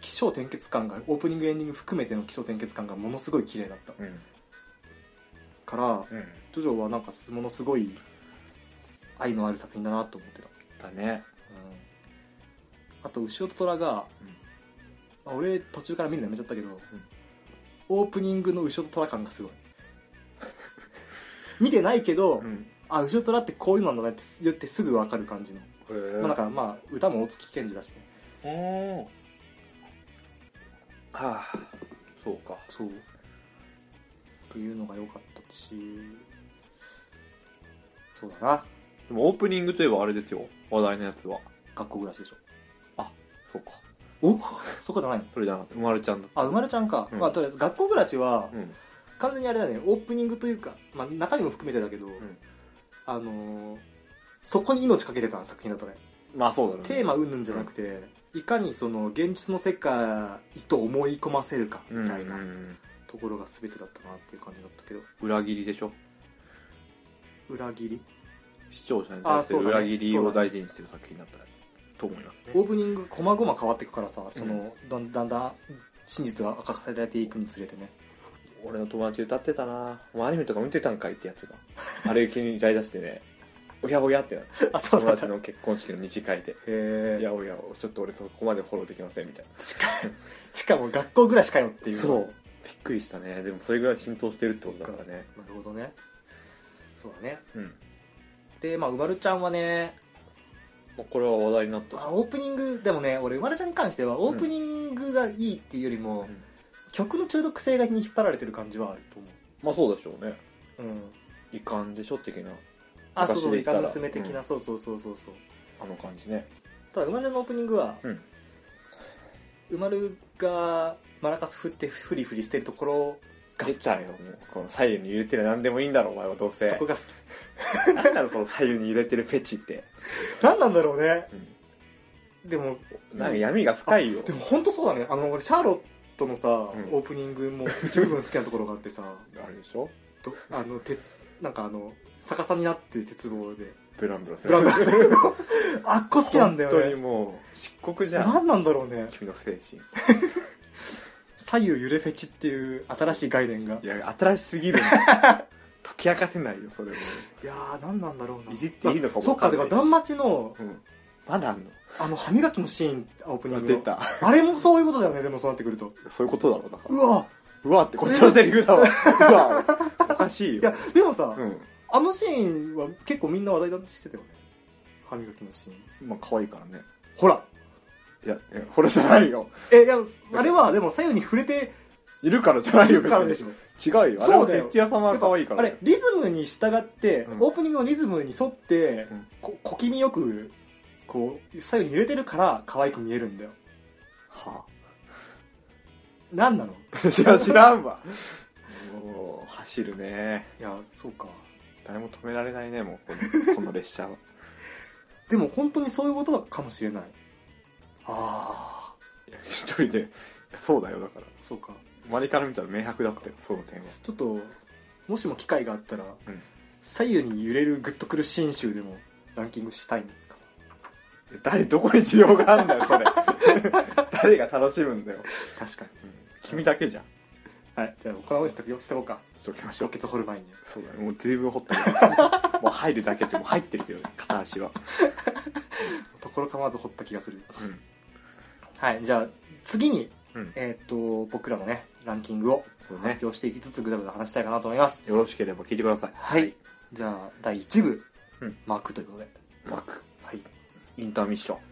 Speaker 3: 気象転結感が、オープニングエンディング含めての気象転結感がものすごい綺麗だった。
Speaker 4: うん
Speaker 3: から、
Speaker 4: うん
Speaker 3: ジョジョはなんかすものすごい愛のある作品だなと思ってた。
Speaker 4: だね
Speaker 3: あと後ろと虎が、まあ俺途中から見るのやめちゃったけど、オープニングの後ろと虎感がすごい 見てないけど、
Speaker 4: うん
Speaker 3: あ後ろと虎ってこういうのなんだねって言ってすぐ分かる感じの、
Speaker 4: へー
Speaker 3: まあ、だからまあ歌も大月健二だしね
Speaker 4: おーはあそうか
Speaker 3: そうっていうのが良かったしそうだな
Speaker 4: でもオープニングといえばあれですよ話題のやつは
Speaker 3: 学校暮らしでしょ
Speaker 4: そうか
Speaker 3: おそこじゃないの
Speaker 4: それじゃなくて生まれちゃんだ
Speaker 3: あ、うまるちゃんか。
Speaker 4: うん
Speaker 3: まあ、とりあえず、学校暮らしは、
Speaker 4: うん
Speaker 3: 完全にあれだね、オープニングというか、まあ、中身も含めてだけど、
Speaker 4: ん
Speaker 3: あのーそこに命かけてた作品だったね。
Speaker 4: まあそうだね
Speaker 3: テーマうんぬんじゃなくて、いかにその、現実の世界と思い込ませるか、みたいな
Speaker 4: うんうんうん
Speaker 3: ところが全てだったなっていう感じだったけど、
Speaker 4: 裏切りでしょ
Speaker 3: 裏切り。
Speaker 4: 視聴者に対する
Speaker 3: あそうだ
Speaker 4: 裏
Speaker 3: ね
Speaker 4: 切りを大事にしてる作品だったねと思いますね
Speaker 3: オープニング、こまごま変わっていくからさ、その、だんだんだん、真実が明かされていくにつれてね。
Speaker 4: 俺の友達歌ってたなお前アニメとか見てたんかいってやつがあれ急に歌い出してねおやおやってなって
Speaker 3: あ、そう
Speaker 4: 友
Speaker 3: なんだ
Speaker 4: 達。の結婚式の二次会で
Speaker 3: へえ
Speaker 4: いや。おやちょっと俺そこまでフォローできませんみたい
Speaker 3: しかしかも学校暮らしかよってい
Speaker 4: な
Speaker 3: う。
Speaker 4: びっくりしたねでもそれぐらい浸透してるってことだからね
Speaker 3: なるほどね。そうだね。
Speaker 4: うん
Speaker 3: で、まあ、うまるちゃんはね、
Speaker 4: もうこれは話題になった
Speaker 3: まあ、オープニング、でもね、俺、うまるちゃんに関しては、オープニングがいいっていうよりも、
Speaker 4: うん
Speaker 3: 曲の中毒性がに引っ張られてる感じはあると思
Speaker 4: まあそうでしょうね
Speaker 3: う。うん。
Speaker 4: 遺憾でしょ的な
Speaker 3: あ、そう
Speaker 4: 昔
Speaker 3: そう、
Speaker 4: で
Speaker 3: イ
Speaker 4: 言った
Speaker 3: カ
Speaker 4: ら
Speaker 3: 娘的な、そうそうそうそうそう。
Speaker 4: あの感じね
Speaker 3: ただ、うまるちゃんのオープニングは、
Speaker 4: うん
Speaker 3: うまるがマラカス振ってフリフリしてるところが好
Speaker 4: 出
Speaker 3: き。
Speaker 4: たよもうこの左右に揺れてる何でもいいんだろお前はどうせ
Speaker 3: そこが好き。
Speaker 4: なんだろその左右に揺れてるフェチって、
Speaker 3: 何なんだろうね。
Speaker 4: うん
Speaker 3: でも、
Speaker 4: なんか闇が深いよ
Speaker 3: でも本当そうだね。あの、俺、シャーロットのさ、
Speaker 4: ん
Speaker 3: オープニングも一部分好きなところがあって さ、
Speaker 4: あれでしょ
Speaker 3: どあの、て、なんかあの、逆さになって鉄棒 で、
Speaker 4: ブランブラす
Speaker 3: ブ
Speaker 4: る
Speaker 3: ランブラするの。あっこ好きなんだよね。
Speaker 4: 本当にもう漆黒じゃん
Speaker 3: 何なんだろうね。
Speaker 4: 君の精神
Speaker 3: 左右揺れフェチっていう新しい概念が。
Speaker 4: いや新しすぎる解き明かせないよそれも、
Speaker 3: いやー、何なんだろうな。
Speaker 4: いじっていいのかも
Speaker 3: そ
Speaker 4: わ
Speaker 3: っか、
Speaker 4: かん
Speaker 3: て
Speaker 4: ない
Speaker 3: か、断末の、
Speaker 4: うん、まだあんの
Speaker 3: あの、歯磨きのシーン、オープニングの。
Speaker 4: 出。た
Speaker 3: あれもそういうことだよね、でもそうなってくると。
Speaker 4: そういうことだろうだか
Speaker 3: う
Speaker 4: ら
Speaker 3: わ
Speaker 4: うわってこっちのセリ フだわうわおかしいよ
Speaker 3: いや、でもさ、
Speaker 4: うん
Speaker 3: あのシーンは結構みんな話題だとしてたよね。歯磨きのシーン。
Speaker 4: まあ可愛いからね
Speaker 3: ほら
Speaker 4: いやいやこれじゃないよ
Speaker 3: え、でも、あれは、でも左右に触れ て
Speaker 4: いるからじゃないよ
Speaker 3: るからでし
Speaker 4: ょ
Speaker 3: ょ。
Speaker 4: 違うよあれ
Speaker 3: そ
Speaker 4: は
Speaker 3: うだよ
Speaker 4: 徹夜様が可愛いから
Speaker 3: あれ、リズムに従って、
Speaker 4: うん
Speaker 3: オープニングのリズムに沿って、
Speaker 4: うん
Speaker 3: こ小気味よく、こう、左右に揺れてるから、可愛く見えるんだよ。
Speaker 4: は
Speaker 3: なんなの
Speaker 4: あ、いや知らんわもう走るね
Speaker 3: いや、そうか。
Speaker 4: 誰も止められないねもうこのこの列車は
Speaker 3: でも本当にそういうことかもしれない。ああ、
Speaker 4: いや一人でいやそうだよだから
Speaker 3: そうか。
Speaker 4: 周りから見たら明白だったよその点は
Speaker 3: ちょっと、もしも機会があったら、
Speaker 4: うん
Speaker 3: 左右に揺れるグッとくるシーン集でもランキングしたいのかな。
Speaker 4: 誰どこに需要があるんだ よそれ誰が楽しむんだよ、
Speaker 3: 確かに。
Speaker 4: 君だけじゃん
Speaker 3: はい、じゃあ、この話しときしておこうか。
Speaker 4: しときましょ
Speaker 3: 氷
Speaker 4: う
Speaker 3: 結ホルマインに。
Speaker 4: そうだねもう随分掘ったよもう入るだけってもう入ってるけどね片足は
Speaker 3: ところ構わず掘った気がする。
Speaker 4: うん
Speaker 3: はい、じゃあ、次に、
Speaker 4: うん
Speaker 3: えーっと、僕らのね、ランキングを
Speaker 4: そうね
Speaker 3: 発表していきつつ、ぐだぐだ話したいかなと思います。
Speaker 4: よろしければ聞いてください
Speaker 3: はい。じゃあ、第1部、
Speaker 4: うん
Speaker 3: マークということで。
Speaker 4: マーク
Speaker 3: はい。
Speaker 4: インターミッション